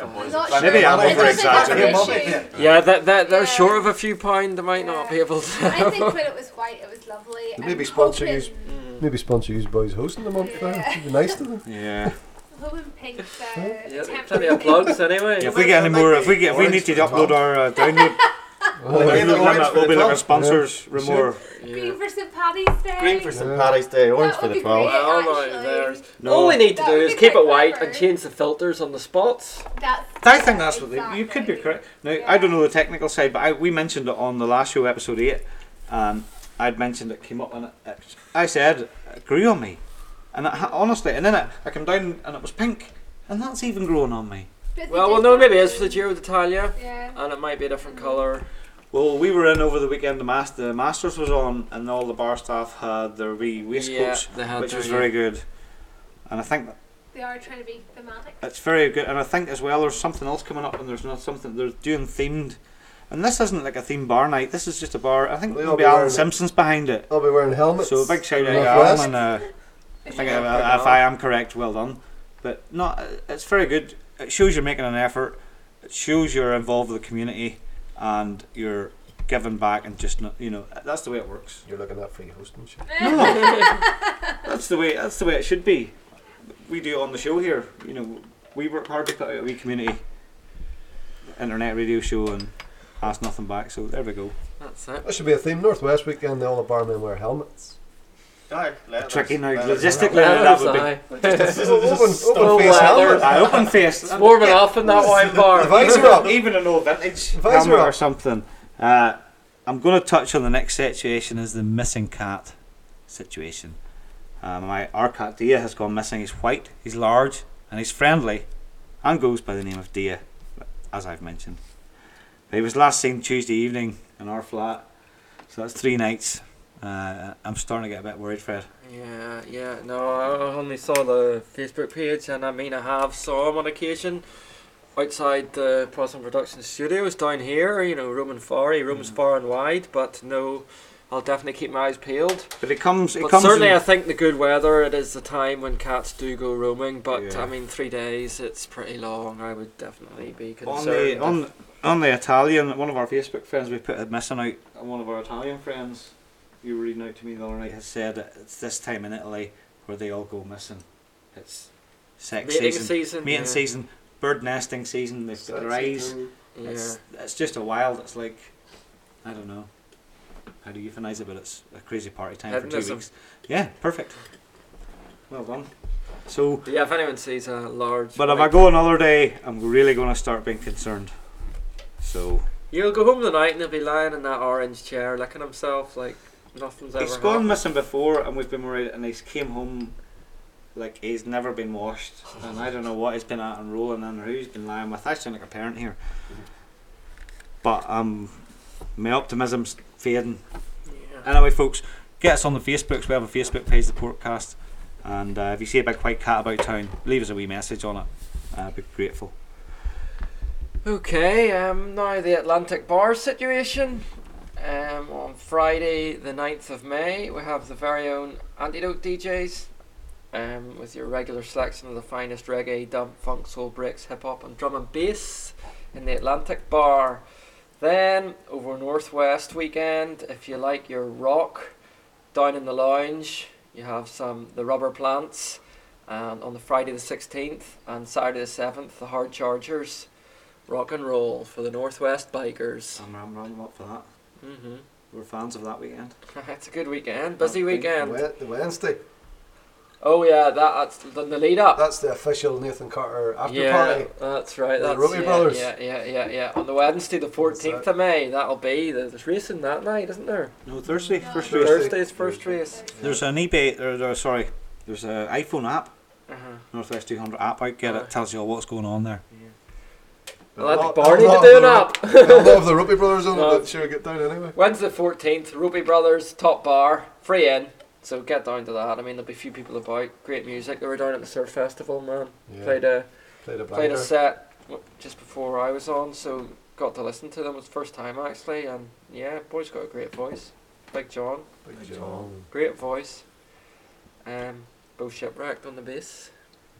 I'm not Maybe sure. I'm It doesn't have an over-exaggerating. issue. Yeah, that, that they're Yeah. short of a few pound. They might not Yeah. be able I think to. when it was white, it was lovely. Um, They I'm maybe sponsor hoping- yous. Maybe sponsor you boys hosting the month. Yeah. That'd be nice to them. Yeah. hoping pink's uh, yeah, plenty temporary. of plugs anyway. if we get any more, if we get, if we need to upload our uh, download, *laughs* Green download and orange limit, for we'll the be like our twelve. sponsors. We're more. Green for St. Paddy's Day. Green for St. Yeah. Paddy's Day, orange That for would the be 12. great. Well, actually. no, there's- No. All we need to That do would is be keep quite it white clever. and change the filters on the spots. That's, I think that's what they, you could be exactly. correct. Now I don't know the technical side, but I, we mentioned it on the last show, episode eight. Um, I'd mentioned it came up, and it, it- I said it grew on me, and it, ha- honestly, and then it, I come down and it was pink, and that's even growing on me. But they Well, well, did no, that maybe it's for too. the Giro d'Italia, Yeah. and it might be a different color. Well, we were in over the weekend. The, mas- the Masters was on, and all the bar staff had their wee waistcoats, Yeah, they had which their- was very good. And I think They are trying to be thematic. it's very good. And I think as well, there's something else coming up, and there's not something they're doing themed. And this isn't like a themed bar night. This is just a bar. I think They'll there'll be be Alan wearing it. Simpson's behind it. I'll be wearing helmets. So a big shout out to Northwest. Alan. And, uh, I think Yeah, if- right if on. I am correct, well done. But no, it's very good. It shows you're making an effort. It shows you're involved with the community, and you're giving back, and just not, you know that's the way it works. You're looking at free hosting shit. No, that's the way. That's the way it should be. We do it on the show here. You know, we work hard to put out a wee community internet radio show and ask nothing back. So there we go. That's it. That should be a theme. Northwest weekend. All the barmen wear helmets. Aye, letters, Tricky now, letters. logistically that would be. This is- this is Open- stuff. open face leather. helmet. I open face. It's warming up in that wine The bar. *laughs* visor up. Even an old vintage Visor helmet or up. something. Uh, I'm going to touch on the next situation is the missing cat situation. Uh, my our cat Dia has gone missing. He's white, he's large, and he's friendly, and goes by the name of Dia, as I've mentioned. He was last seen Tuesday evening in our flat, so that's three nights. Uh, I'm starting to get a bit worried, Fred. Yeah, yeah. No, I only saw the Facebook page, and I mean, I have saw him on occasion outside the Possum Production Studios down here. You know, roaming far, he Mm. roams far and wide. But no, I'll definitely keep my eyes peeled. But it comes. It But comes certainly, in- I think the good weather. It is the time when cats do go roaming. But Yeah. I mean, three days. It's pretty long. I would definitely be on the concerned. on on the Italian, one of our Facebook friends we put a missing out. and One of our Italian friends, you were reading out to me the other night, has said that it's this time in Italy where they all go missing. It's sex mating season, season. mating yeah. season, bird nesting season. They've got their eyes. Yeah. It's it's just a wild. It's like I don't know how do you euthanize it, but it's a crazy party time for two Hedonism. weeks. Yeah, perfect. Well done. So. But yeah, if anyone sees a large. But if I white- go another day, I'm really going to start being concerned. So You'll go home tonight and he'll be lying in that orange chair, licking himself like nothing's ever He's gone happened. missing before, and we've been worried, and he's came home like he's never been washed, and I don't know what he's been at and rolling in or who he's been lying with. I sound like a parent here, but um, my optimism's fading. Yeah. Anyway, folks, get us on the Facebooks. We have a Facebook page, the podcast, and uh, if you see a big white cat about town, leave us a wee message on it. Uh, I'd be grateful. Okay, um, now the Atlantic Bar situation. Um, on Friday, the 9th of May, we have the very own Antidote DJs um, with your regular selection of the finest reggae, dub, funk, soul, breaks, hip hop, and drum and bass in the Atlantic Bar. Then, over Northwest weekend, if you like your rock, down in the lounge, you have some the rubber plants. And on the Friday the 16th and Saturday the 7th, the Hard Chargers. Rock and roll for the Northwest Bikers. I'm, I'm, I'm up for that. hmm We're fans of *laughs* that weekend. it's a good weekend, busy Big weekend. The Wednesday. Oh yeah, that, that's the, the lead up. That's the official Nathan Carter after yeah, party. that's right. The That's Rugby yeah, Brothers. Yeah, yeah, yeah, yeah. On the Wednesday, the fourteenth of May, that'll be. There's racing that night, isn't there? No Thursday, No. first Thursday. race. Thursday's first race. There's an eBay. Or, or, sorry, there's an iPhone app. Uh-huh. Northwest 200 app out, get Aye. it, tells you what's going on there. Atlantic I'll- Bar need I'll to do an have up. the- I'll *laughs* have the Rugby Brothers on No. it, but sure, get down anyway. Wednesday the fourteenth, Ruby Brothers Top Bar, free in. So get down to that. I mean, there'll be few people about. Great music. They were down at the Surf Festival, man. Yeah, Played a played a played banger. a set w- just before I was on, so got to listen to them. It was the first time actually, and yeah, boy's got a great voice. Big John, Big Big John, great voice. Um, Bo Shipwrecked on the bass.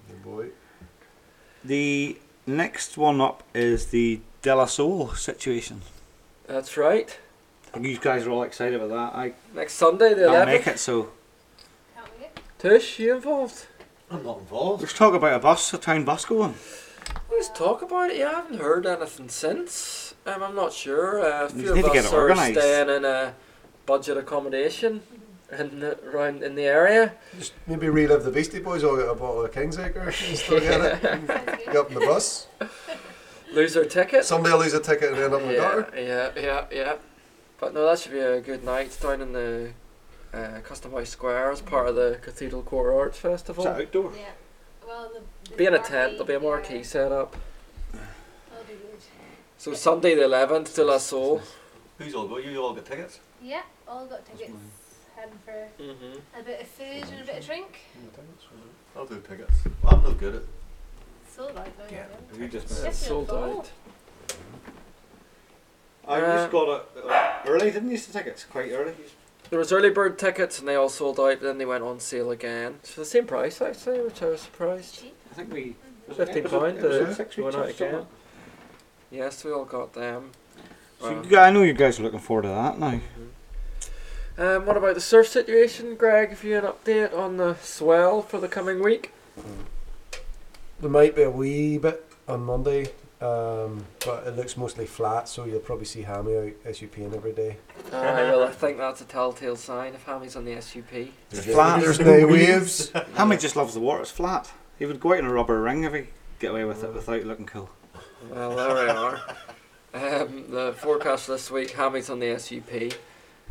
the boy. The Next one up is the De La Soul situation. That's right. You guys are all excited about that. I Next Sunday, the can't make 11th. it, so Can't wait. Tush, you involved? I'm not involved. let's talk about a bus, a town bus going. Let's talk about it. Yeah, I haven't heard anything since. Um, I'm not sure. Uh, a We few need of to get us it are organised. staying in a budget accommodation in the, around in the area. Just maybe relive the Beastie Boys or get a bottle of King's *laughs* Acre and still get it. Get up in the bus. Lose our ticket. Someday I'll lose a ticket and end up in the yeah, gutter. yeah, yeah, yeah. But no, that should be a good night down in the uh, Custom House Square as part of the Cathedral Quarter Arts Festival. It's outdoor. Yeah. Well, the, the Be in a marquee- tent, there'll be a marquee set up. Yeah, that'll be good. So Sunday the 11th, De La Soul. Who's all got? You all got tickets? Yeah, all got tickets. Heading for Mm-hmm. a bit of food and a bit of drink. I'll do tickets. I'm no good at. Sold out though. Yeah. yeah. You just Sheffield Sold Bowl. out. I Uh, just got it uh, early, didn't you? The tickets quite early. There was early bird tickets and they all sold out, but then they went on sale again. So the same price actually, which I was surprised. Cheap. I think we was it Fifteen episode- pound, episode uh, six we going out touched on again. it? Yes, we all got them. So Wow. you guys, I know you guys are looking forward to that now. Um, what about the surf situation, Greg? Have you an update on the swell for the coming *laughs* week? There might be a wee bit on Monday, um, but it looks mostly flat, so you'll probably see Hammy out SUPing every day. Aye, Uh, well, I think that's a telltale sign if Hammy's on the SUP. It's flat. There's no waves. *laughs* Hammy just loves the water. It's flat. He would go out in a rubber ring if he could get away with it without looking cool. Well, there we are. Um, the forecast this week, Hammy's on the SUP.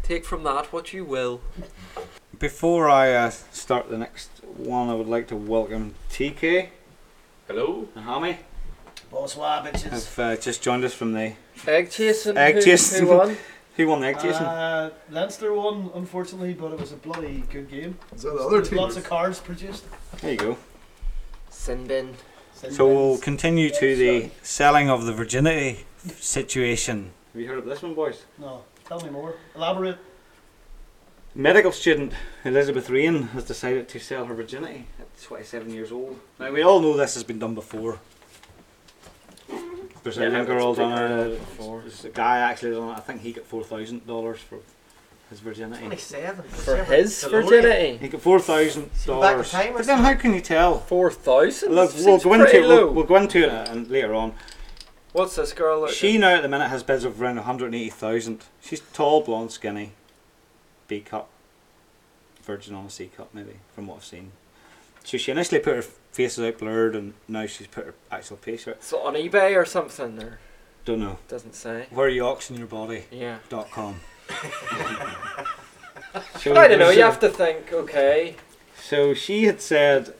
Take from that what you will. Before I uh, start the next one, I would like to welcome TK Hello? and Hammy. Bonsoir, bitches. Have uh, just joined us from the Egg chasing. Egg who- chasing. Who won? *laughs* who won the egg chasing. Uh, Leinster won, unfortunately, but it was a bloody good game. Is that the other There's team? Lots of cards produced. there you go. Sinbin. So we'll continue to the selling of the virginity situation. Have you heard of this one, boys? No, tell me more. Elaborate. Medical student Elizabeth Rain has decided to sell her virginity at 27 years old. Now, we all know this has been done before. There's a young girl done it. There's a guy actually done it. I think he got $4,000 for his virginity. Twenty-seven For his virginity. He got $4,000. Back to time or But then how can you tell? Four thousand. Look, we'll go, into it, we'll, we'll go into it uh, and later on. What's this girl? Look She now at the minute has bids of around 180,000. She's tall, blonde, skinny, B cup, virgin on a C cup maybe, from what I've seen. So she initially put her faces out blurred, and now she's put her actual face out. So on eBay or something, or Don't know. doesn't say. Where you auction your body. Yeah. *laughs* Dot com. so I don't know. You so- have to think. Okay. So she had said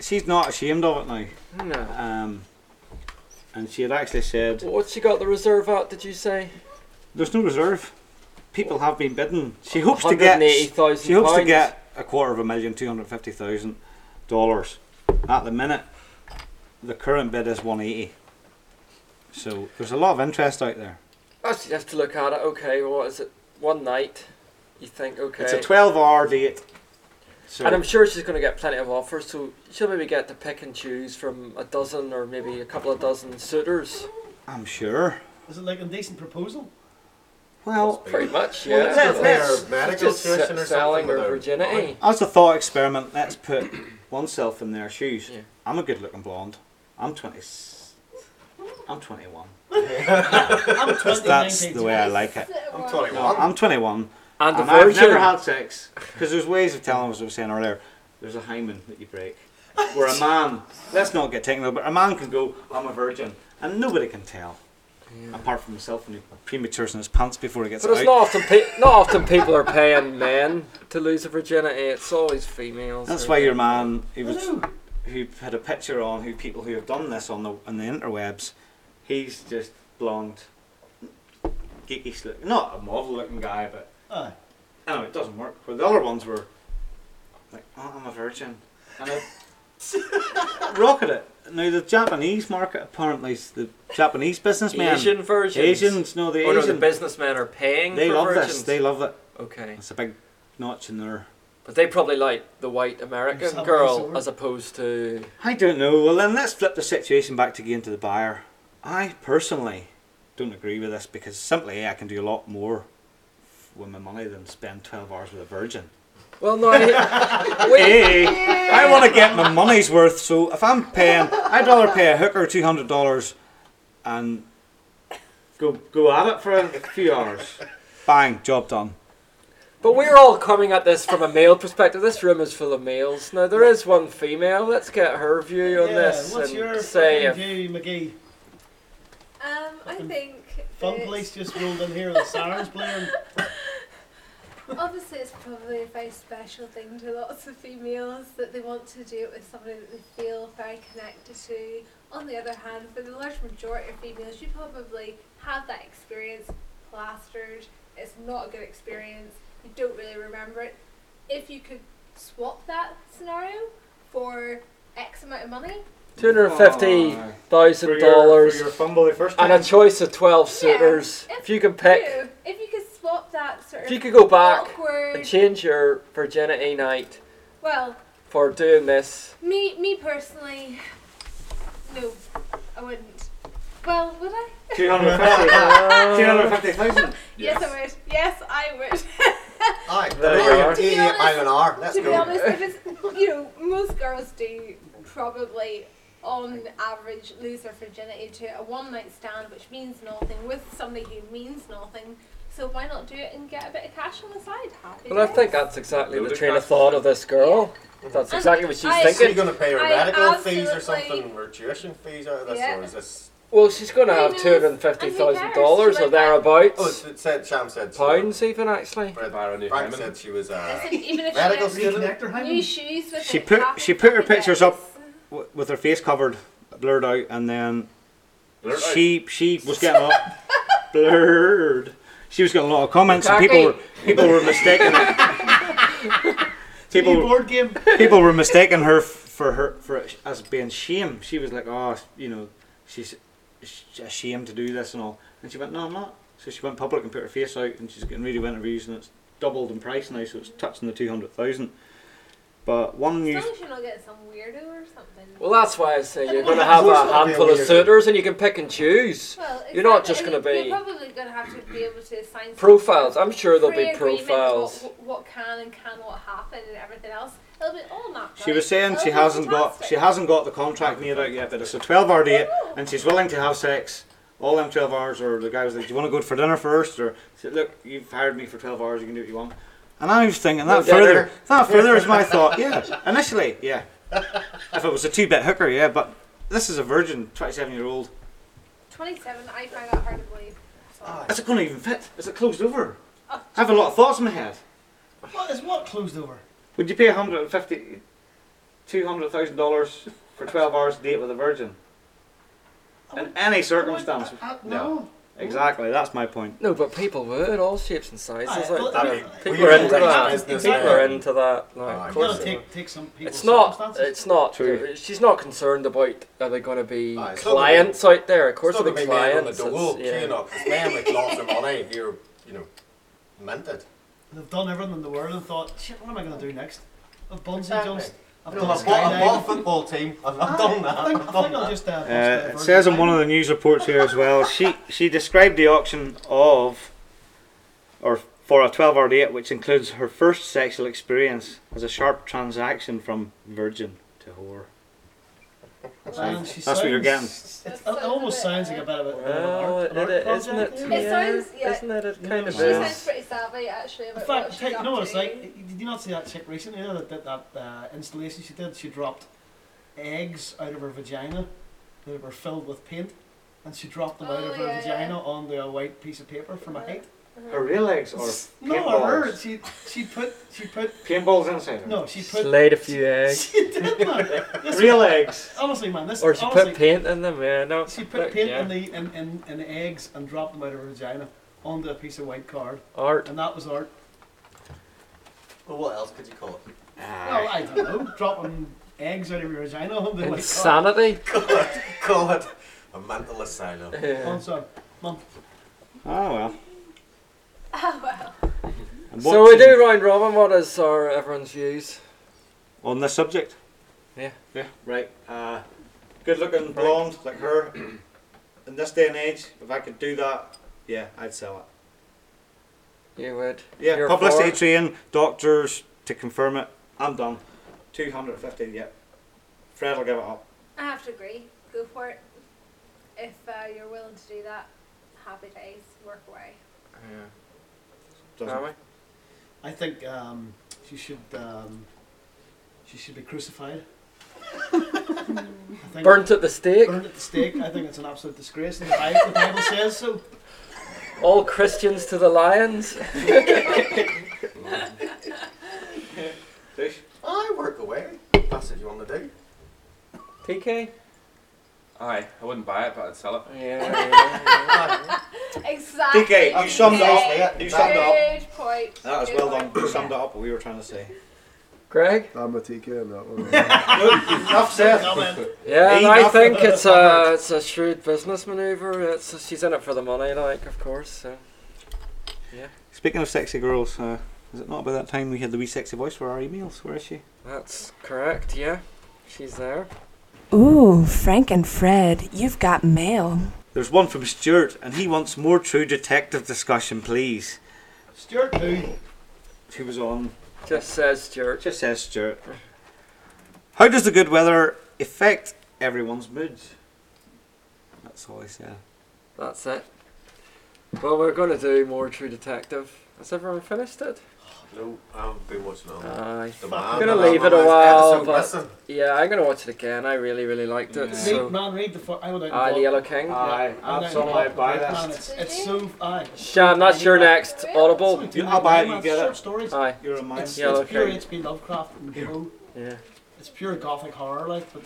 she's not ashamed of it now, No. um, and she had actually said What she got the reserve at? Did you say? There's no reserve. People have been bidding. She One hopes to hundred get. and eighty thousand. She hopes to get a quarter of a million, two hundred fifty thousand dollars. At the minute, the current bid is one eighty. So there's a lot of interest out there. Actually, Oh, you have to look at it. Okay, what is it? One night. You think okay. It's a twelve-hour date. So And I'm sure she's going to get plenty of offers, so she'll maybe get to pick and choose from a dozen or maybe a couple of dozen suitors. I'm sure. Is it like a decent proposal? Well, Pretty much, Well, yeah. that's She's fair. just- Medical she's just tuition or selling something her without- virginity. as a thought experiment, let's put oneself in their shoes. Yeah. I'm a good-looking blonde. I'm twenty. I'm twenty-one. I'm 20, That's 19. the way I like it. I'm No, twenty-one. I'm twenty-one. And a And I've never virgin. had sex because there's ways of telling, as I was saying earlier, there's a hymen that you break. Where a man, let's not get technical, but a man can go, I'm a virgin, and nobody can tell. Apart from himself when he prematures in his pants before he gets But it's out. not often, pe- not often people are paying men to lose a virginity, it's always females. That's who- why your man, who was, who had a picture on, who people who have done this on the on the interwebs, he's just blonde, geeky, look, not a model-looking guy, but Aye. No, it doesn't work. But the other ones were like, oh, I'm a virgin. *laughs* And it rocketed it. Now, the Japanese market apparently is the Japanese businessmen. Asian virgins. Asians, no, the Or no, the Asian. businessmen are paying they for love virgins. this. They love it. Okay. It's a big notch in their But they probably like the white American Something girl similar. as opposed to. I don't know. Well, then let's flip the situation back again to the buyer. I personally don't agree with this because simply I can do a lot more with my money than spend 12 hours with a virgin. Well, *laughs* no. I- Hey, I want to get my money's worth, so if I'm paying, I'd rather pay a hooker $200 and go, go at it for a few hours. Bang, job done. But we're all coming at this from a male perspective. This room is full of males. Now there is one female. Let's get her view on yeah, this what's and your say fucking if view, McGee? Um, I think Fun that- police just rolled in here with the sirens *laughs* blaring. Obviously, it's probably a very special thing to lots of females that they want to do it with somebody that they feel very connected to. On the other hand, for the large majority of females, you probably have that experience plastered. It's not a good experience. You don't really remember it. If you could swap that scenario for X amount of money, two hundred fifty thousand For dollars your fumble the first and time. a choice of twelve suitors, Yeah, if you could pick, you- if you could swap that sort if of you could go back awkward, and change your virginity night well, for doing this, Me, me personally, no, I wouldn't. Well, would I? 250. 250,000. *laughs* Yes, I would. Yes, I would. Aye, There you are. the To be idiot honest- mile an hour. Let's to be go. honest, if it's you know, most girls do probably on average lose their virginity to a one night stand, which means nothing, with somebody who means nothing. So why not do it and get a bit of cash on the side? Happy well, I days. think that's exactly Load the of train of cash. thought of this girl. That's And exactly what she's I- So you're thinking. going to pay your I medical fees or absolutely- something, or tuition fees out of this, Yeah. or is this? Well, she's going to Who have knows? two hundred fifty thousand dollars or And who cares? Like, Oh, thereabouts, it's- it said Sham said. she- pounds even actually. Fred- Byron New Frank Hammond. said she was. Uh, Listen, even if Medical she student. Connector had Hyman. new shoes with She it, put happy she put her pictures up days. w- with her face covered, blurred out, and then Blurt out. she she was getting a lot *laughs* blurred. She was getting a lot of comments, and Cocky. people were, people were mistaken. New people *laughs* board game. people were mistaking her f- for her for as being shame. She was like, oh, you know, she's sh- ashamed to do this and all. And she went, no, I'm not. So she went public and put her face out, and she's getting really well interviews, and it's doubled in price now, so it's touching the two hundred thousand. But one As news long as you're not getting some weirdo or something. Well, that's why I say you're *laughs* going to have a handful of suitors and you can pick and choose. Well, You're not exactly. just I gonna mean, be- You're probably going to have to be able to assign some Profiles. I'm sure there'll be pre-agreement profiles. What, what can and cannot happen and everything else. It'll be all mapped She out. was saying It'll she be hasn't got fantastic. she hasn't got the contract made out yet, but it's a twelve hour date, Oh, no. and she's willing to have sex. All them twelve hours, or the guy was like, "Do you want to go out for dinner first? Or she said, "Look, you've hired me for twelve hours. You can do what you want." And I was thinking that No dinner. further, that further *laughs* is my thought. *laughs* Yeah, initially, yeah. If it was a two bit hooker, yeah, but this is a virgin, twenty seven year old. 27, I find that hard to believe. So- Is it going to even fit? Is it closed over? I have a lot of thoughts in my head. What is what closed over? Would you pay 150 200000 dollars for twelve hours date with a virgin? In any circumstance. I wouldn't- I- I- No. no. Exactly, that's my point. No, but people would, all shapes and sizes. Aye, Like well, that. I mean, people we are are into rich that. business Oh, People men. are into that. Like, Aye. of You course gotta they take take some people's It's not. circumstances. It's not. uh, True. She's not concerned about are they going to be Aye, it's not gonna be- clients out there. Of course, it's they'll not be gonna be men on the clients. dole, it's- you yeah. know, 'cause men with lots of money, you're, you know, *laughs* minted. They've done everything in the world and thought, shit, what am I going to do next? I've bungee Exactly. jumped. I've You know, done I've bought, I've bought a skydiving. football team. I've, I've Ah, done that. I think, I've I think done I'll that. just. Uh, bust Uh, the it virgin says in one of island. the news reports here as well, she, she described the auction of, or for a 12 hour date, which includes her first sexual experience, as a sharp transaction from virgin to whore. And she That's what you're getting. sounds- It, it almost sounds like a bit of a. bit of an Well, art- it, an art Uh, it, isn't it? project, to yeah. me, It sounds- yeah. Isn't it? It kind of She She is. sounds pretty savvy, actually, about In what fact, she's take, up you know what it's to. *laughs* like? Did you not see that chick recently that did that uh, installation she did? She dropped eggs out of her vagina that were filled with paint, and she dropped them out Oh, of her yeah, vagina yeah. Uh-huh. onto a white piece of paper from a height. Her real eggs or No, her. paintballs? She she put she put Paintballs inside her? no she She put laid a few eggs, *laughs* she *laughs* did man. This, Real eggs. honestly, man, this or she honestly, put paint in them. Yeah, no. she put Look, paint yeah. in the in, in, in the eggs and dropped them out of her vagina onto a piece of white card, art. and that was art. Well, what else could you call it? Well, I don't know, dropping eggs out of your vagina onto a white card. *laughs* Insanity. *laughs* Oh, Call it, call it a mental asylum. Yeah. On some- mum, Oh well. Oh, well. Ah, And So what's we your- do round robin. What is our everyone's views? On this subject? Yeah. Yeah, right. Uh, good looking blonde like her. In this day and age, if I could do that, yeah, I'd sell it. You would. Yeah, You're publicity for. train, doctors to confirm it. I'm done. 250, yeah. Fred will give it up. I have to agree. Go for it. If uh, you're willing to do that, happy days. Work away. Doesn't- Are we? I think um, she should um, she should be crucified. *laughs* I think- Burnt at the stake. Burned at the stake. I think it's an absolute disgrace, and the Bible, the Bible says so. All Christians to the *laughs* lions. *laughs* Douche. I work away. That's what you want to do. PK. Aye, I wouldn't buy it, but I'd sell it. *laughs* Yeah. *laughs* Exactly. DK, you summed it up. Okay. You summed it up. Good point. That was Good well done. point. You summed it up what we were trying to say. Greg. I'm a TK on that one. Enough said. Comment. Yeah, and Hey, I nothing. think it's a it's a shrewd business maneuver. It's she's in it for the money, like of course. So. *laughs* Speaking of sexy girls, uh, is it not about that time we had the wee sexy voice for our emails? Where is she? That's correct, yeah. She's there. Ooh, Frank and Fred, you've got mail. There's one from Stuart, and he wants more true detective discussion, please. Stuart who? Who was on? Just says Stuart. Just says Stuart. How does the good weather affect everyone's moods? That's all he said. That's it. Well, we're going to do more True Detective. Has everyone finished it? No, I'll be watching it. Aye. The I'm man, going to the leave man, it a the while, episode, but listen. yeah, I'm going to watch it again. I really, really liked it. Yeah. Read, So, man, read the. Fu- I would. aye, The Yellow King. Aye, Man, it's, it's so. Aye. Sham, that's your next Audible. It's only I'll buy it, 299, you it's get it. Short stories. Aye. You're a mind. It's, Yellow it's pure King. H.P. Lovecraft and Poe. Yeah. It's pure gothic horror, like. But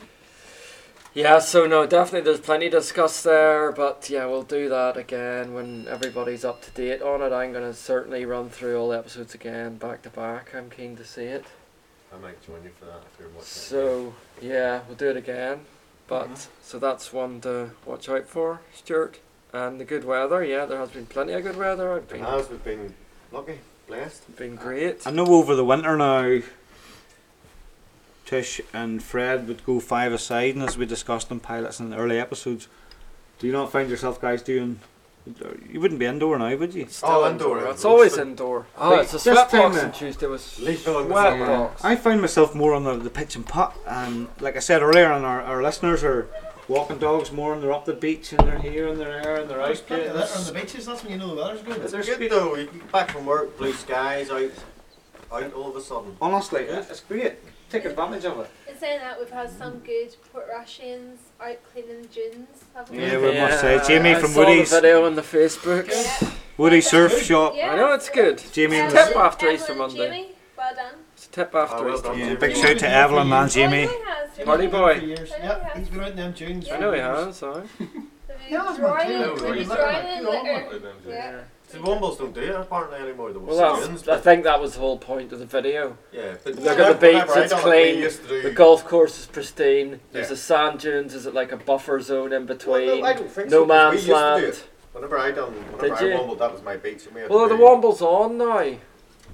Yeah, so no, definitely there's plenty to discuss there, but yeah, we'll do that again when everybody's up to date on it. I'm going to certainly run through all the episodes again, back to back. I'm keen to see it. I might join you for that if you're watching. it. So yeah, we'll do it again. But so that's one to watch out for, Stuart. And the good weather, yeah, there has been plenty of good weather. I've been As we've been lucky, blessed. been great. I know over the winter now, Tish and Fred would go five aside, and as we discussed in pilots in the early episodes, do you not find yourself guys doing? You wouldn't be indoor now, would you? Oh, indoor, It's indoor. always indoor. Oh, Wait, it's a just sweatbox time on out. Tuesday. Was Leave it on the sweatbox. I find myself more on the, the pitch and putt, and like I said earlier, and our, our listeners are walking dogs more, and they're up the beach, and they're here, and they're there, and they're there's out plenty there. of litter on the beaches. That's when you know the weather's It's good. good though. You can back from work, blue skies, out, out all of a sudden. Honestly, it's great. Take advantage of it. In saying that, we've had some good Port Russians out cleaning the dunes, haven't we? Yeah, we must say, Jamie I from saw Woody's, the video on the Facebook. Yeah. Woody Surf Shop. Yeah. I know it's good. Jamie Evelyn- was- Tip after Evelyn Easter and Monday. Jamie, well done. It's a tip after Oh, well Easter. done. Yeah, big shout to Evelyn and Jamie. Oh, yeah, it has. Party He's been boy. out for years. I know he has. Yeah, he's been out in them dunes. I know he has. aye. The baby's Yeah, that's my drawing kid. in- the Yeah, baby's we drawing in look like litter. The Yeah. Wombles don't do it apparently anymore. The Well, Wombles. that's, I think that was the whole point of the video. yeah, but Look at the beach, it's clean. The The golf course is pristine. There's Yeah. the sand dunes. Is it like a buffer zone in between? Well, no, I don't no think so, 'cause we man's used to do land. it. Whenever I done, Did whenever I you? wombled, that was my beach. And we had Well, to the do- Womble's on now.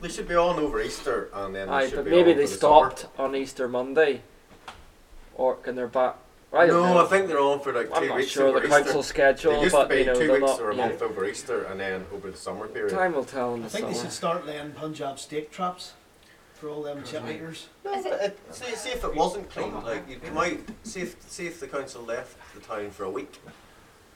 They should be on over Easter and then. they Aye, should but be maybe on they for the summer. stopped on Easter Monday. Or can they're back? I don't no, know. I think they're on for like I'm two not weeks sure over the Easter. council They schedule, used to but be you know two they're weeks not. or a yeah. month over Easter and then over the summer period. Time will tell in I the think they summer. should start laying Punjab steak traps for all them chip eaters. No, but it, see, see if it wasn't clean, like you'd come out, see if, see if the council left the town for a week,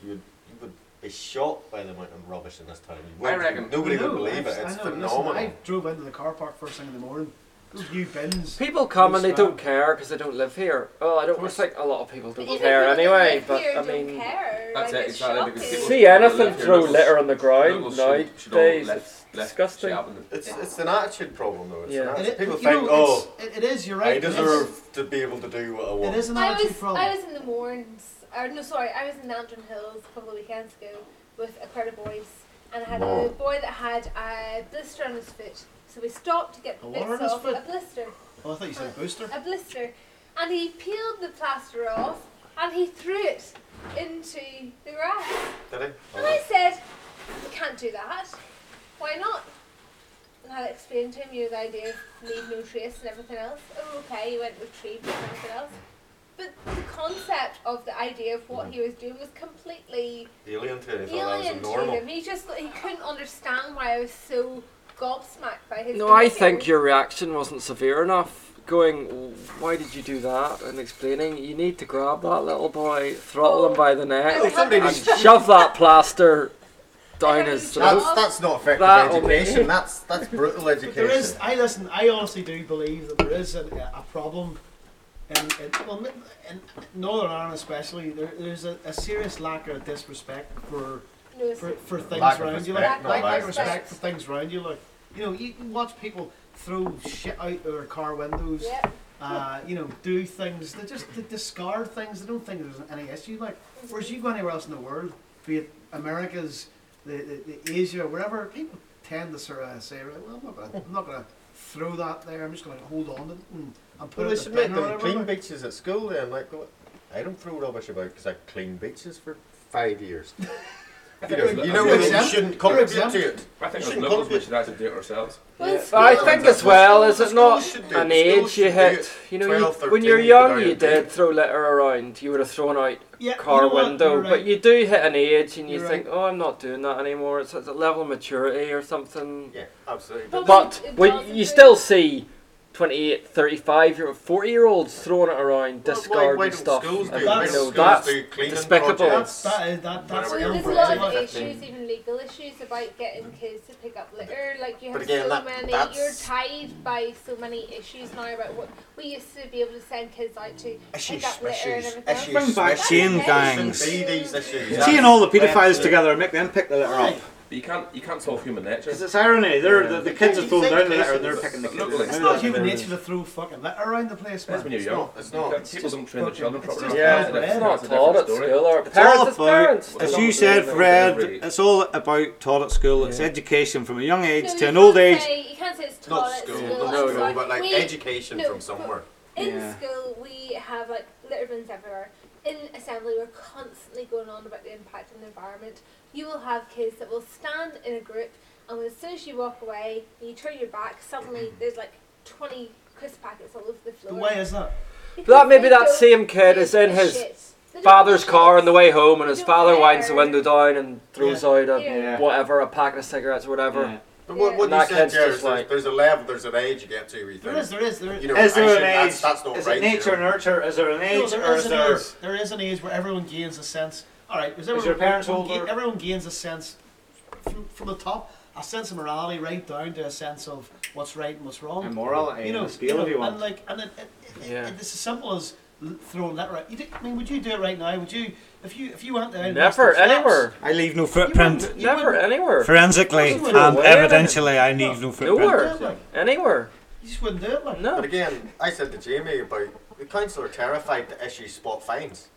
you'd, you would be shocked by the amount of rubbish in this town. You I wouldn't- reckon- Nobody I would know, believe I've- it, it's I know, phenomenal. Listen, I drove into the car park first thing in the morning. Those new bins. People come and they Who's don't that? care because they don't live here. Well, I don't think a lot of people But don't even care people that anyway. live But here I don't mean, care, That's like, it, it's exactly, because shocking. people- see anything Live here, throw locals- litter on the ground Locals should- should all nowadays. lift- It's lift disgusting. shit up and- It's, it's an attitude problem though, it's an Yeah. It, attitude. it, People you know, think, oh, it's, it, it is. You're right. I it is- deserve to be able to do what I It want. is an I attitude was, problem. I was in the Mourns, or no, sorry, I was in Nantron Hills a couple of weekends ago with a crowd of boys, and I had a boy that had a blister on his foot. So we stopped to get the A what on bits his off, foot? a blister, Oh, I thought you said booster. a blister, and he peeled the plaster off, and he threw it into the grass. Did I? Oh, And I said, you can't do that. Why not? had explained to him, you know, the idea of leave no trace and everything else. Oh, okay, you went with trees and everything else. But the concept of the idea of what he was doing was completely Alien to it, he thought that was alien to normal. him. He just he couldn't understand why I was so gobsmacked by his. No, I behaviour. think your reaction wasn't severe enough. Going, "Oh, why did you do that? And explaining, you need to grab that little boy, throttle him by the neck, Oh, somebody and needs to- shove that plaster down his throat. That's, that's not effective That'll education. be- That's that's brutal But there is, education. I listen, I honestly do believe that there is a, a problem in, in, well, n- in Northern Ireland especially, there, there's a, a serious lack of disrespect for No, for, for things Lack of around you. Like, respect, not like, lack like of respect respect. for things around you. Like, you know, you can watch people throw shit out of their car windows. Yep. Uh, you know, do things. They just they discard things. They don't think there's any issue. Like, whereas you go anywhere else in the world, be it Americas, the, the, the Asia, wherever, people tend to sort of say, right, well, I'm not gonna, I'm not gonna throw that there. I'm just gonna hold on to it and, and put Well, it. they in should the make bin or them whatever. clean beaches at school then. Like, well, I don't throw rubbish about because I clean beaches for five *laughs* years. you know, you know You're what? You exempt. shouldn't You're contribute exempt. to it. I think You as shouldn't locals, we contribute. should have to do it ourselves. But I think as well, is it Schools not should do it. an Schools age you should do it. hit? You know, 12, you, when you're 13, you young, could you argue. did throw litter around. You would have thrown out Yeah, car you know what, window. you're right. But you do hit an age, and you You're think, oh, I'm not doing that anymore. It's at a level of maturity or something. Yeah, absolutely. But, it does when you still see 28, 35, year, 40 year olds throwing it around, Well, why- discarding why don't stuff. schools do and, it? Why you don't know, schools that's do cleaning despicable. projects? That is that. That's Whatever Well, there's a Imprint. lot of Imprint. issues, even legal issues, about getting kids to pick up litter. Like you But have again, so that- many, that's- you're tied by so many issues now about what we used to be able to send kids out to Issues, pick up litter and issues, everything. else. issues. Bring back issues. chain Shouldn't gangs. be these issues. Chain all the That's- paedophiles together and make them pick the litter up. But you can't, you can't solve human nature. It's, it's irony. They're the, the kids are You throwing think down the this litter is- and they're picking the kids. Look, It's Maybe not that's human better nature to throw fucking litter around the place, man. That's when you're It's young. not- It's not. You can't- People don't train their children fucking- properly. it's Yeah, just That's a it's bred. not different taught at story. school. Our It's all parents, as parents. about, as you said, Fred, it's all about taught at school. It's education from a young age No, to you an old can't age. say- You can't say it's taught Not at school, school. not I'm school, sorry. but like We- education no, from but somewhere. In Yeah. school, we have like litter bins everywhere. In assembly, we're constantly going on about the impact on the environment. You will have kids that will stand in a group, and as soon as you walk away, and you turn your back, suddenly there's like 20 crisp packets all over the But floor. why is that? Because That maybe they that don't same kid is give in a his shit. They don't father's give a car shit. on the way home, and his Don't father winds the care. window down and throws Yeah. out a Yeah. whatever, a packet of cigarettes or whatever. Yeah. But what, what Yeah. you Not said kids, there just is there's, like- there's a level, there's an age you get to where you There is, think, there is, there is. you know, Is I there should, an age? that's, that's not Is right. it you nature know. nurture? Is there an No, age there or is is an there? age. There is an age where everyone gains a sense. All right, is your parents everyone, ga- older? everyone gains a sense from, from the top, a sense of morality, right down to a sense of what's right and what's wrong. And morality you and know, a scale if you want. And like, and it, it, it, Yeah. *laughs* it- it's as simple as l- throwing that right. You do, I mean, would you do it right now? Would you, if you, if you went down? Never, anywhere. I leave no footprint. You Never, wouldn't- anywhere. Forensically um, You wouldn't and wear it. evidentially, I leave no Nowhere. Yeah, like, Anywhere. you just wouldn't do it, like. But No. again, I said to Jamie about the council are terrified to issue spot fines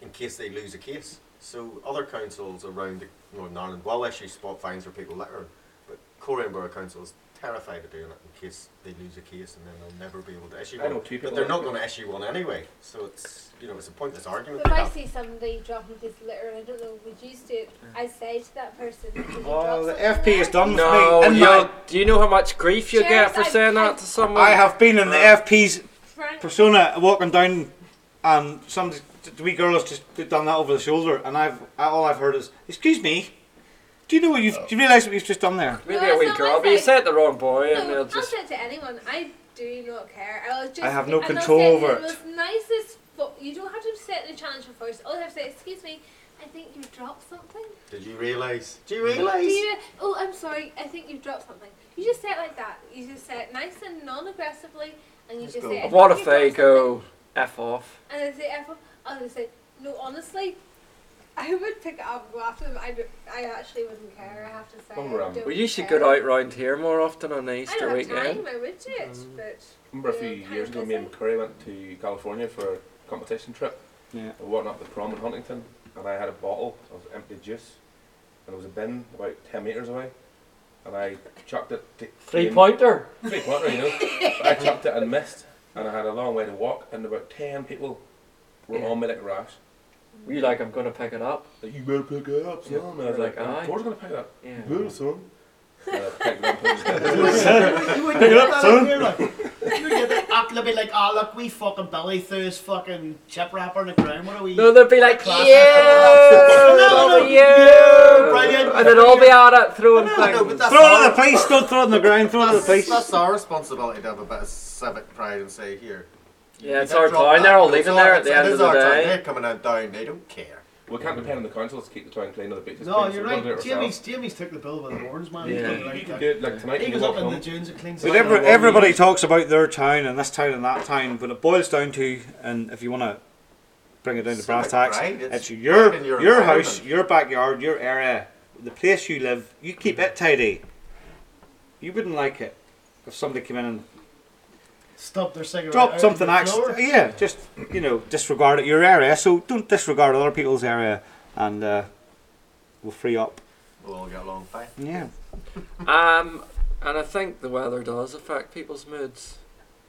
in case they lose a case. So other councils around the Northern Ireland will issue spot fines for people littering, but Corrin Borough Council is terrified of doing it in case they lose a case and then they'll never be able to issue I know one. two people But they're like not that. going to issue one anyway. So it's you know it's a pointless But argument. if I see somebody dropping this litter and I don't know, would you do it? I say to that person, "Did you drop Oh, the something FP is there?" done No, with me. In you my- do you know how much grief you get Cheers, for I- saying I- that to someone? I have been in the FP's Frank, persona walking down, and some wee girl has just done that over the shoulder, and I've all I've heard is, "Excuse me, do you know what you've? Do you realise what you've just done there?" Maybe No, a wee that's not girl, what but I you said. said the wrong boy, and No, they'll I'll Oh, just. say it to anyone. I do not care. I'll just. I have no and I'll say control it in over the it. most nicest. Fo- you don't have to set the challenge for first. All you have to say, excuse me, I think you dropped something. Did you realise? Do you Do realise? you? Oh, I'm sorry. I think you dropped something. You just say it like that. You just say it nice and non-aggressively, and you just go. say. "I think What if you they dropped go f off? something," And I say, F off. I'll just say, no, honestly. I would pick it up and go after them. I, do- I actually wouldn't care. I have to say. Well, I um, don't Well, you should care. get out round here more often on the I Easter don't have time. weekend. I would do it, but. remember a few Yeah, years ago, me and McCurry went to California for a competition trip. Yeah. We went up the prom in Huntington, and I had a bottle of empty juice, and there was a bin about 10 metres away, and I chucked it. To Three pointer. Three pointer, *laughs* you know. But I chucked it and missed, and I had a long way to walk, and about 10 people were on me like a rash. You like? I'm gonna pick it up. Like, you better pick it up, son. And I was Like, like, aye. of course I'm going to pick it up. Yeah. You better, son. Uh, pick it up, *laughs* *laughs* You wouldn't- you wouldn't get that out here, like, son. You would get that up, they'd be like, ah, look, we fucking Billy threw his fucking chip wrapper on the ground. What are we? No, they'd be like, class yeah, *laughs* act?" no, no, no, yeah, brilliant. and then all be out at throwing things. Throw it at the police, don't throw it on the ground, throw it at the That's, police. that's our responsibility to have a bit of civic pride and say, here. Yeah, you it's can our drop town, that, they're all but it's leaving there our- at the it end is of the our town, day. *laughs* They're coming out down, they don't care. We can't depend on the council to keep the town clean or the beaches No, clean. so you're we're gonna do it right. Jamie's, ourselves. *laughs* Jamie's took the bill by the horns, man. Yeah. He done You right can thing. do it, like, tonight He you was walk up in home. the dunes and cleans But up every, the wall. everybody talks about their town and this town and that town, but it boils down to, and if you want to bring it down to brass Civic tacks, pride, it's, it's your pride in your, your house, environment. your backyard, your area, the place you live. You keep it tidy. You wouldn't like it if somebody came in and Stop their cigarette. out dropped on something the accident. floor. Yeah, just you know, disregard it your area. So don't disregard other people's area, and uh, we'll free up. We'll all get along fine. Yeah. Um, and I think the weather does affect people's moods.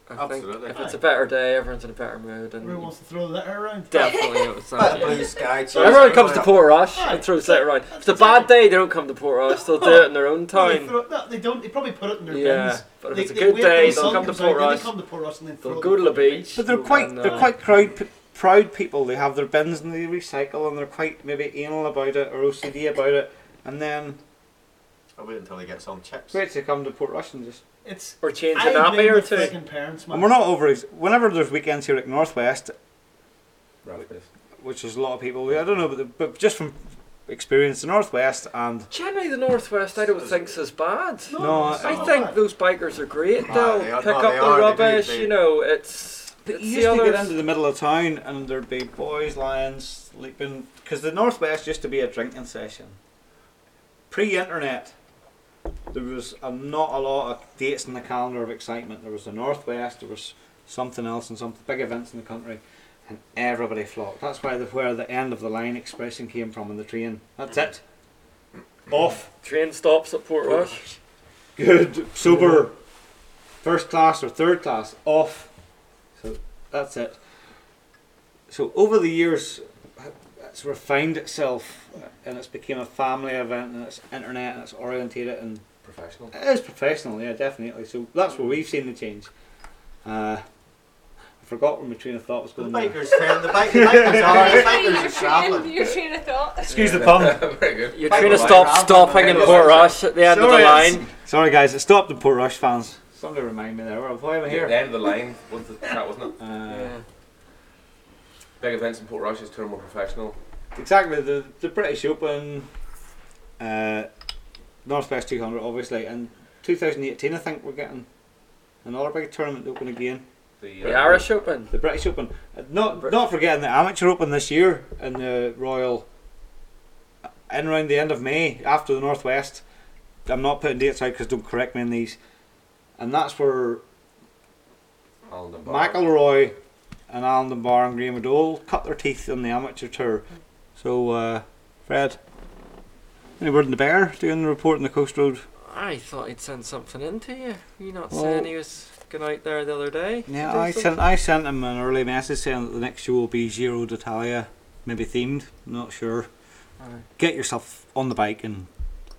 I Absolutely. think if it's a better day, everyone's in a better mood, and Everyone wants to throw the litter around. definitely it *laughs* was Bit that. of yeah. blue sky. So everyone comes to cheers. Port Rush and throws it around. If it's a bad day, they don't come to Port Rush. They'll do it in their *laughs* own No, they town. throw- no, they don't. They probably put it in their Yeah, bins. but if they, it's a they good wait till day, the they'll sun come to comes Port out, then Rush. They come to Port Rush and then They'll throw go to the them. beach. But they're quite and, they're uh, quite proud p- proud people. They have their bins and they recycle and they're quite maybe anal about it or OCD about it. And then I'll wait until they get some chips. wait to come to Port Rush and just It's. Or change I a nappy blame or the two. fucking parents, man. and we're not *laughs* over. ex- Whenever there's weekends here at Northwest, Rally place. which is a lot of people. I don't know, but, the, but just from experience, the Northwest and Generally, the Northwest I don't think's as bad. No, it's I not think bad. those bikers are great. Ah, They'll they are- pick no, up they the are, they do, rubbish. they- you know, it's But it's you the used to others. get into the middle of town and there'd be boys, lions, sleeping. Because the Northwest used to be a drinking session. Pre internet, there was a, not a lot of dates in the calendar of excitement. There was the Northwest, there was something else, and some big events in the country. And everybody flocked. That's why the, where the end of the line expression came from in the train. That's it. Off. Train stops at Port Rush. Good. Sober. First class or third class. Off. So that's it. So over the years, it's refined itself and it's became a family event and it's internet and it's orientated and Professional. it is professional, yeah, definitely. So that's where we've seen the change. Uh, I forgot where my train of thought was The going. there. bikers, tell- the bikers, the bikers are, *laughs* the bikers Your are train, traveling. your train of thought. Excuse the *laughs* pun. *laughs* Very good. Your Bike train ride stops around stopping the in middle. Port Rush at the end of Sorry, the it's- line. Sorry, guys, it stopped the Port Rush fans. Somebody remind me there. Why am I Here. here? The end of the line was the chat, wasn't it? *laughs* Uh, Yeah. Big events in Port Rush is turning more *laughs* professional. Exactly, the the British Open, uh, Northwest 200, obviously, and 2018, I think we're getting another big tournament open again. The, The Irish Open. The British Open, Uh, not Brit- not forgetting the Amateur Open this year in the Royal, uh, in around the end of May after the Northwest. I'm not putting dates out because don't correct me on these, and that's where Alan and Barr. McElroy and Alan Dunbar and Graham O'Dole cut their teeth on the amateur tour. So, uh, Fred, any word in the bear doing the report on the coast road? I thought he'd send something in to you. You not Well- saying he was going out there the other day? Yeah, to do I something? sent I sent him an early message saying that the next show will be Giro d'Italia, maybe themed. Not sure. Aye. Get yourself on the bike and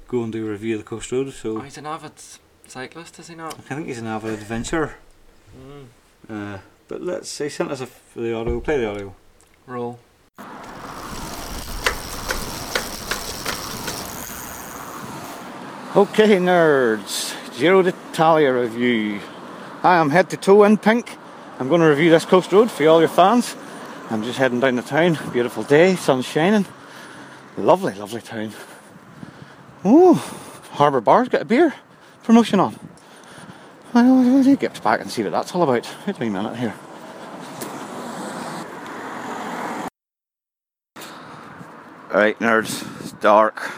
go and do a review of the coast road. Oh, So he's an avid s- cyclist, is he not? I think he's an avid adventurer. Mm. Uh, but let's he sent us a, f- the audio. Play the audio. Roll. Okay, nerds. Giro d'Italia review. I am head to toe in pink. I'm going to review this coast road for all your fans. I'm just heading down to town. Beautiful day, sun's shining. Lovely, lovely town. Oh, Harbour Bar's got a beer promotion on. I will do get back and see what that's all about. Wait a wee minute here. Alright, nerds. It's dark.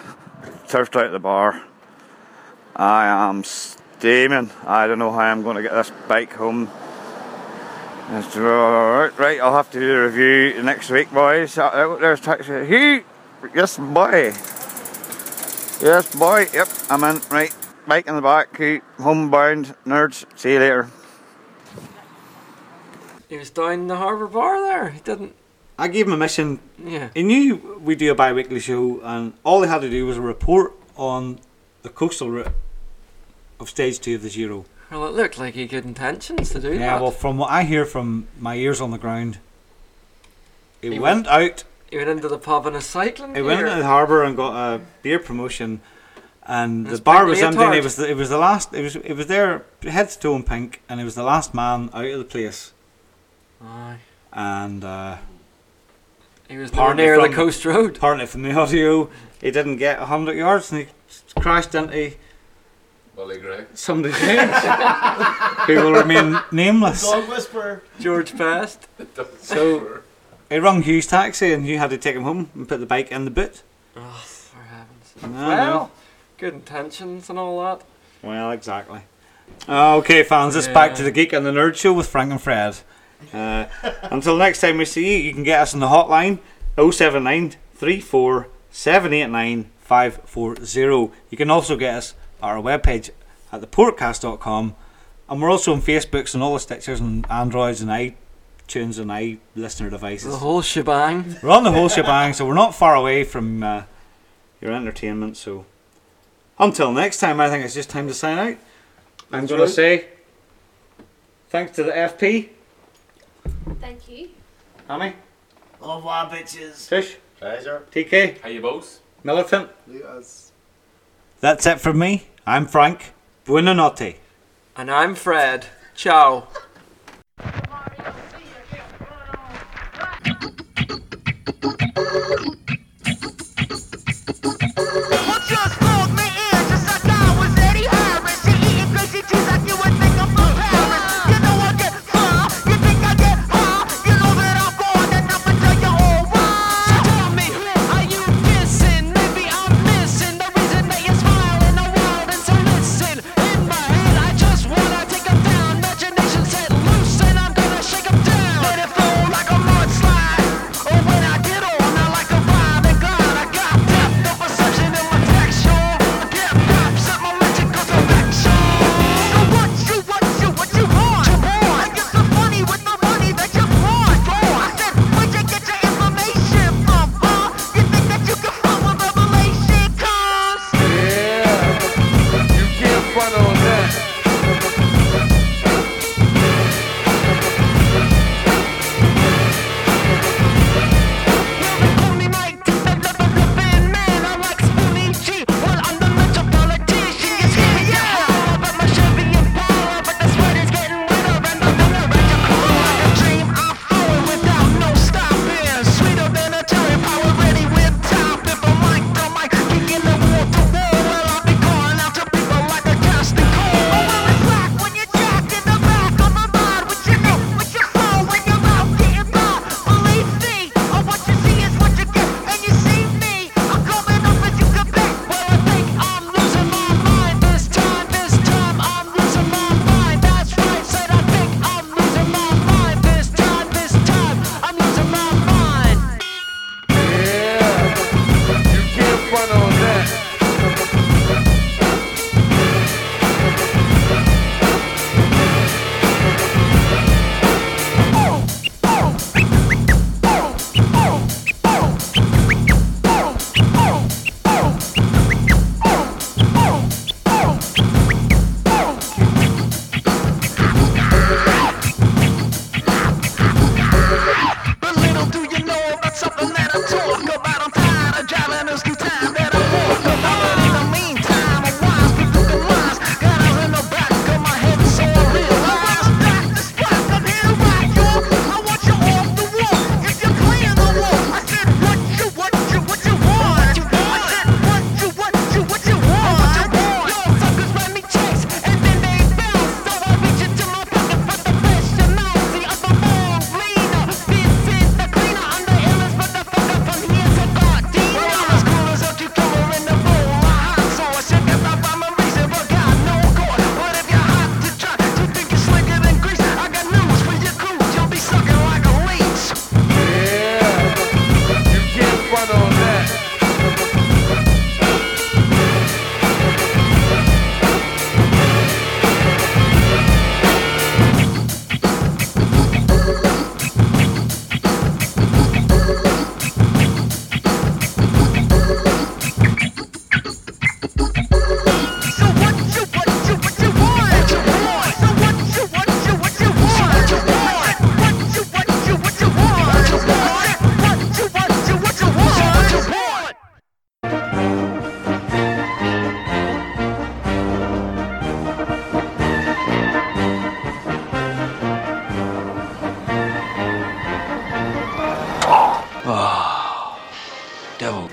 Turfed out at the bar. I am steaming. I don't know how I'm going to get this bike home. It's- right, right, I'll have to do the review next week, boys. Uh, oh, There's taxi. Hugh! Yes, boy. Yes, boy. Yep, I'm in. Right, bike in the back. Hugh. Homebound. Nerds. See you later. He was down in the harbour bar there. He didn't. I gave him a mission Yeah. He knew we do a bi weekly show, and all he had to do was a report on the coastal route of stage two of the zero. Well, it looked like he had intentions to do yeah, that. well, from what I hear from my ears on the ground, it He went went- out He went into the pub in a cycling It went gear. into the harbour and got a beer promotion, and the It's bar pink was empty. And it leotard. was the, it was the last. It was it was there head to toe in pink, and it was the last man out of the place. Aye. And uh, he was nowhere near the coast road. Apparently, from the audio, he didn't get hundred yards, and he crashed into Willie Gray. somebody else who will remain nameless. Dog whisperer. George Best. So he rung Hugh's taxi, and Hugh had to take him home and put the bike in the boot. Oh, for heaven's sake. No, no. well, good intentions and all that. Well, exactly. Okay, fans, it's back to Yeah. the Geek and the Nerd Show with Frank and Fred. Uh, until next time we see you, you can get us on the hotline 079 34 789 540. You can also get us at our webpage at theportcast.com. And we're also on Facebooks and all the Stitchers and Androids and iTunes and i listener devices. The whole shebang. We're on the whole shebang, so we're not far away from uh, your entertainment. So until next time, I think it's just time to sign out. I'm That's going right. to say thanks to the FP, Mm. Thank you. Hammy, Au revoir, bitches. Tish, Pleasure. TK, How you both? Militant. Yes. That's it from me. I'm Frank. Buona notte. *laughs* And I'm Fred. Ciao. Take them down, imagination says Oh, Oh,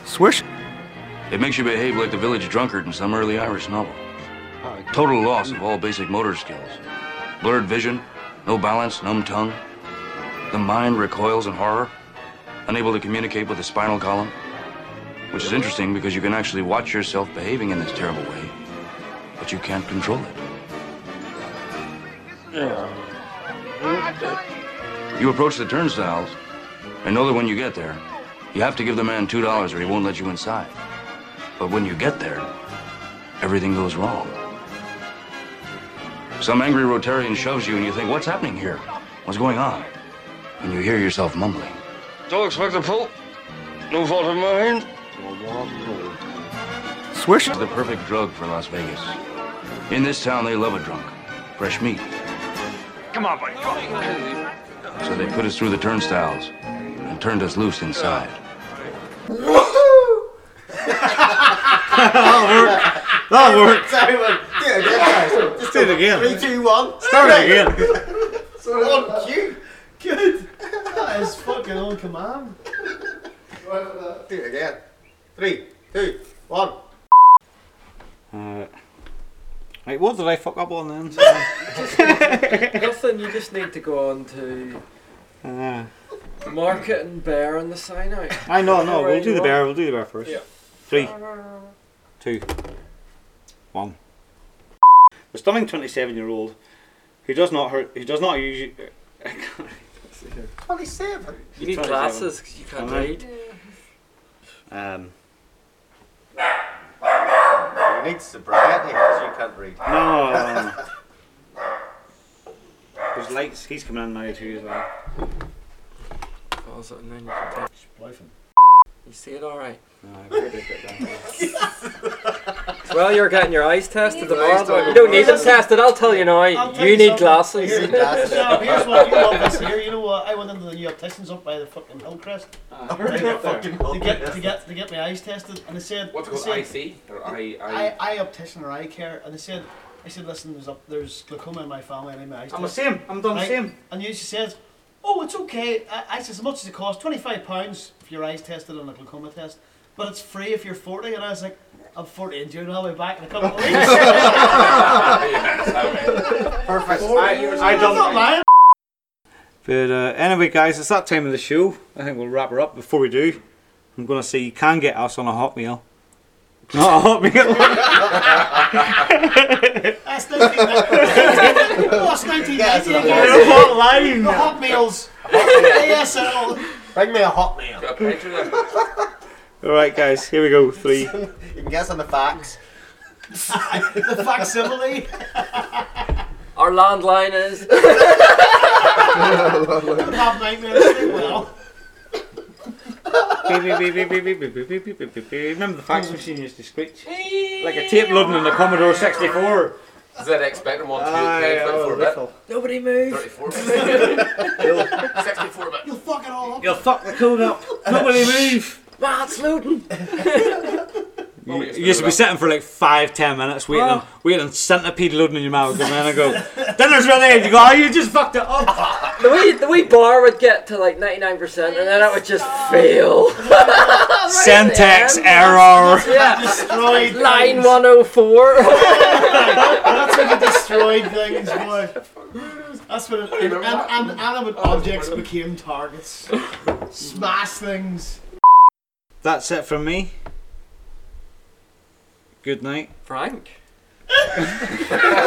Swish. Ah, It makes you behave like the village drunkard in some early Irish novel. Total loss of all basic motor skills. Blurred vision, no balance, numb tongue. The mind recoils in horror, unable to communicate with the spinal column. Which is interesting because you can actually watch yourself behaving in this terrible way, but you can't control it. You approach the turnstiles and know that when you get there, you have to give the man $2 or he won't let you inside. But when you get there, everything goes wrong. Some angry Rotarian shoves you and you think, what's happening here? What's going on? And you hear yourself mumbling. Don't expect a fault. No fault of mine. Swish is the perfect drug for Las Vegas. In this town, they love a drunk. Fresh meat. Come on, *laughs* buddy. Come on. So they put us through the turnstiles and turned us loose inside. That worked. Do it again, guys. Just do it again. Three, two, one. Start it again. So on cue. Oh, Good. *laughs* That is fucking on command. *laughs* do it again. Three, two, one. Uh, right, what did I fuck up on *laughs* then? Nothing, you just need to go on to uh, market and bear on the sign out. I know, no, Where we'll do you the bear, are. we'll do the bear first. Yeah. Three, two, one. The stunning 27 year old who does not hurt, who does not *laughs* usually. Twenty-seven. You need glasses 'cause you can't read. Um, You need sobriety because you can't read. No. *laughs* There's lights. He's coming in now too as well. Falls out and then you can take. You see it alright. well, you're getting your eyes tested tomorrow. You don't need them tested. I'll tell you now. I'll tell you need something. glasses. *laughs* Here's, no, here's what you love this year. You know what? I went into the new opticians up by the fucking Hillcrest Ah. to, get fucking, to, get, Hillcrest. to, get, to get my eyes tested, and they said, What's it they called, said- IC? Or I- I, I- I optician or eye care, and they said, I said, listen, there's, up, there's glaucoma in my family, and I need my eyes I'm the tested." same. I'm done the Right? same. And you she says, oh, it's okay. I, I says, how much does it cost? Twenty five pounds for your eyes tested on a glaucoma test, but it's free if you're forty. And I was like. I'm 40 in June, I'll be back in a couple of *laughs* weeks. *laughs* Perfect. I, I don't don't- not lying. But uh, anyway, guys, it's that time of the show. I think we'll wrap her up. Before we do, I'm gonna say you can get us on a hot meal. Not a hot meal. That's 1990. What's 1990? Yeah, again? what line? The hot meals. ASL. Bring me a hot meal. *laughs* All right, guys, here we go. Three. You can guess on the *laughs* facts. the facsimile. Our landline is. Don't have nightmares. Sleep well. Beep, beep, beep, beep, beep, beep, beep, beep, beep, beep, beep, beep. Remember the fax machine used to screech like a tape loading in *laughs* the Commodore *laughs* 64. ZX Spectrum on 2 Aye, oh, 24 bit. whistle. Nobody move. 34 bit. 64 bit. You'll fuck it all up. You'll fuck the code up. Nobody move. Matt's loading. You, you used to be sitting for like five, ten minutes waiting, on, waiting on centipede loading in your mouth, and then I go, *laughs* dinner's ready. You go, oh, you just fucked it up. *laughs* The wee, the wee bar would get to like 99% and then it would just fail. *laughs* Syntax Right error. at the end. *laughs* Yeah. Destroyed Line things. 104. That's when they destroyed things, boy. That's when it, and, and animate objects became targets. Smash things. That's it from me. Good night. Frank.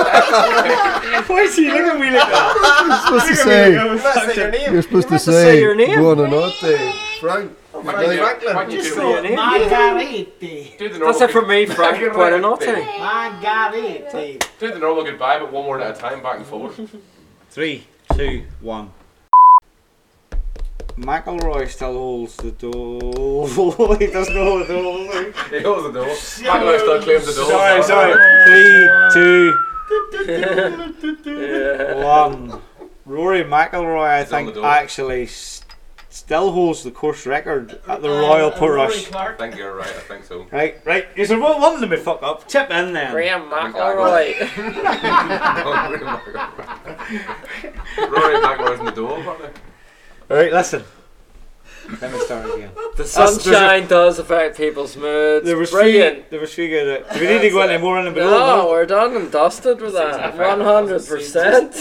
Why is he looking at me like that? Look supposed to at *laughs* me say. like I was You're fucking- You're supposed to meant say your name. Buonanotte, Frank. Frank Franklin. Frank. Just So, Margarite. That's it from me, Frank. Buonanotte. Margarite. Do the normal goodbye, but one word at a time, back and forward. Three, two, one. McElroy still holds the door. *laughs* he doesn't *laughs* hold the door. He holds the door. McElroy still claims the door. Sorry, sorry. Three, *laughs* two, one. Rory McIlroy, I think, actually s- still holds the course record at the Royal Portrush. I think you're right, I think so. Right, right. You said one of them would fuck up. Chip in then. Graham *laughs* *laughs* Rory McIlroy. Rory McIlroy's in the door, apparently. All right, listen. Let me start again. The sunshine does affect people's moods. There was Brilliant. three. There was three uh, good. Do we need to go any more on the below? No, we're done and dusted with that. One hundred percent.